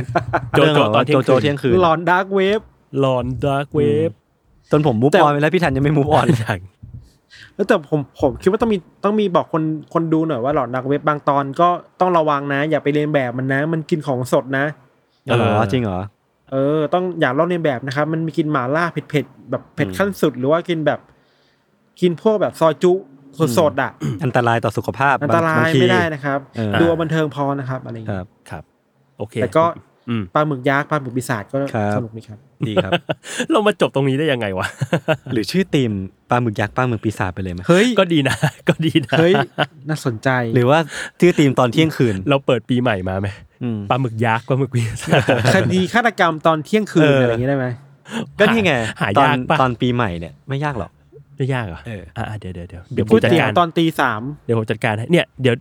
D: โจ
B: รื่อง
D: โจ
B: แบบ
D: ตอ
B: ว่าน
D: เที่ยง
B: โจโจเที่ยงคืน
C: หลอนดาร์กเวฟ
D: หลอนดาร์กเวฟ
B: จนผมมูฟ
C: แต่
B: ออนไปแล้วพี่ทันยังไม่มูฟออน
D: อย่าง
C: แล้วแต่ผมผมคิดว่าต้องมีต้องมีบอกคนคนดูหน่อยว่าหลอนดาร์กเวฟบางตอนก็ต้องระวังนะ อย่าไปเลียนแบบมันนะ มันกินของสดนะ
B: เหร
D: เออ
B: อจริงเหรอ
C: เออต้องอย่าลอกเลียนแบบนะครับ มันมีกินหมาล่าเผ็ดๆแบบเผ็ดขั้นสุด หรือว่ากินแบบ กินพวกแบบซอยจุสดๆอ่ะ
B: อันตรายต่อสุขภาพ
C: อันตรา
B: บง
C: ย
B: ที
C: ไม่ได้นะครับ
B: เออ
C: ดูเอาบันเทิงพอนะครับอะไรอย่าง
B: ค
C: เงี้
B: รับ
C: ย
D: ครับ โอเค
C: แต่ก็
D: อืม
C: ปลาหมึกยักษ์ปลาหมึกปีศาจก็
B: ครับ
C: สนุกดีครับ
B: ดีครับ
D: เรามาจบตรงนี้ได้ยังไงวะ
B: หรือชื่อทีมปลาหมึกยักษ์ปลาหมึกปีศาจไปเลยไหม
C: เฮ้ย
D: ก็ดีนะ ก็ดีนะ
C: เฮ้ยน่าสนใจ
B: หรือว่าชื่อทีมตอนเที่ยงคืน
D: เราเปิดปีใหม่มาไหม
B: อืม
D: ปลาหมึกยักษ์ปลาหมึกปีศาจ
C: คดีฆาตกรรมตอนเที่ยงคืน
B: เอออ
C: อะไรอย่างเงี้ยได้ไหม
B: ก็นี่ไง
D: หา
B: ตอย
D: าน กปะ
B: ตอนปีใหม่เนี่ยไม่ยากหรอก
D: ไม่ยากเหรอ
B: เอออ่
D: อ่าเดี๋ยวเดี๋ยวเดี๋ยวเดี๋ยวผ
C: ก๋
D: ม
C: วย
D: จัด
C: เตี๋ย
D: กาว ร
C: ตอนตีสาม
D: เดี๋ยวผมจัดการให้เนี่ยเดี๋ยว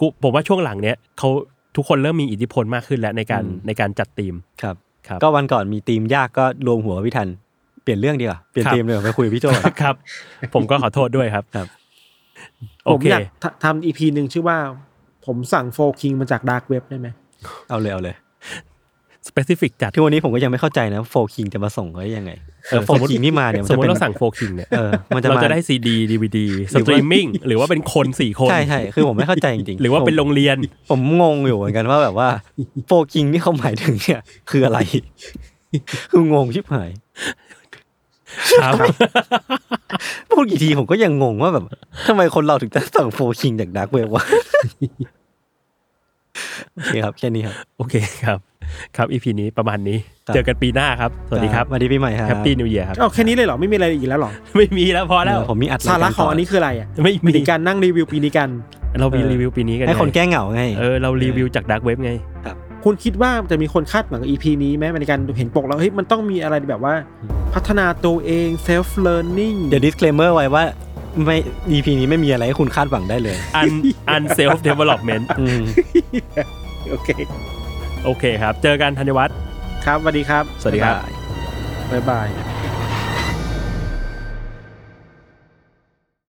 D: กูผมว่าช่วงหลังเนี้ยเขาทุกคนเริ่มมีอิทธิพลมากขึ้นแล้วในการ
B: อืม
D: ในการจัดทีม
B: ครับ
D: ครับ
B: ก็วันก่อนมีทีมยากก็รวมหัวพี่ทัน เปลี่ยนเรื่องดีกว่าเปลี่ยน
D: ครับ
B: ทีมเลยไปคุยกับพี่โจ
D: ครับ ผมก็ขอโทษด้วยครับ
B: ครับ
D: โอ
C: ผม
D: เค
C: อยากททำอีพีหนึ่งชื่อว่า ผมสั่งโฟคิงมาจากดาร์กเว็บได้ไหม
B: เอาเลยเอาเลย
D: สเปซิฟิกจัด
B: ทุกวันนี้ผมก็ยังไม่เข้าใจนะโฟคิงจะมาส่งเขาได้ยังไงเออโฟ
D: ติ
B: คิงนี่มาเนี่ยมัน
D: สม
B: จะ
D: ม
B: เป็
D: ติ
B: น
D: เราสั่งโฟกิงเนี่ย
B: เออมันจะ
D: เรา
B: มา
D: จะได้ซีดีดีวีดี
B: ห
D: ส
B: รือว่า
D: ตรีมมิ่งหรือว่าเป็นคนสี่คน
B: ใช่ใช่ คือผมไม่เข้าใจจริงๆ
D: หรือว่าเป็นโรงเรียน
B: ผมงงอยู่เหมือนกันว่าแบบว่าโฟคิงที่เขาหมายถึงเนี่ย คือ อะไร คืองงชิบหาย
D: ครับ
B: พูดกี่ทีผมก็ยังงงว่าแบบทำไมคนเราถึงจะสั่งโฟคิงจากดาร์กเว็บวะ โอเคครับ แค่นี้ครับ
D: โอเคครับ ครับอีพีนี้ประมาณนี้
B: ครับ
D: เจอกันปีหน้าครับ สวัสดีครับ
B: สวัสดีพี่ใหม่ครับ
D: แฮปปี้นิวเยียร์ครับ
C: เอาแค่นี้เลยเหรอ ไม่มีอะไรอีกแล้วเหรอ
D: ไม่มีแล้วพอ
B: เอ
D: แล้ว
B: อผมมีอัดยการ
C: สาะ
B: ต่
C: ของอันนี้คืออะไรอ่ะ
D: ไม่
C: มี
D: มี
C: การนั่งรีวิวปีนี้กัน
D: เรามีรีวิวปีนี้กัน
B: ให้คน
D: ไง
B: แก้เหงาไง
D: เออเรารีวิวจากดาร์กเว็บไง
C: คุณคิดว่าจะมีคนคาดหวังกับ EP นี้ไหมในการเห็นปกแล้วเฮ้ยมันต้องมีอะไรแบบว่า พัฒนาตัวเอง self learning
B: เดี๋ยว disclaimer ไว้ว่า ไม่ EP นี้ไม่มีอะไรให้คุณคาดหวังได้เลย
D: อัน อันเซลฟ์เดเวล็อปเมนต์
B: อืม
C: โอเค
D: โอเคครับ เจอกันธัญวัฒน์
C: ครับสวัสดีครับ
D: สวัสดีครับ
C: บ๊ายบาย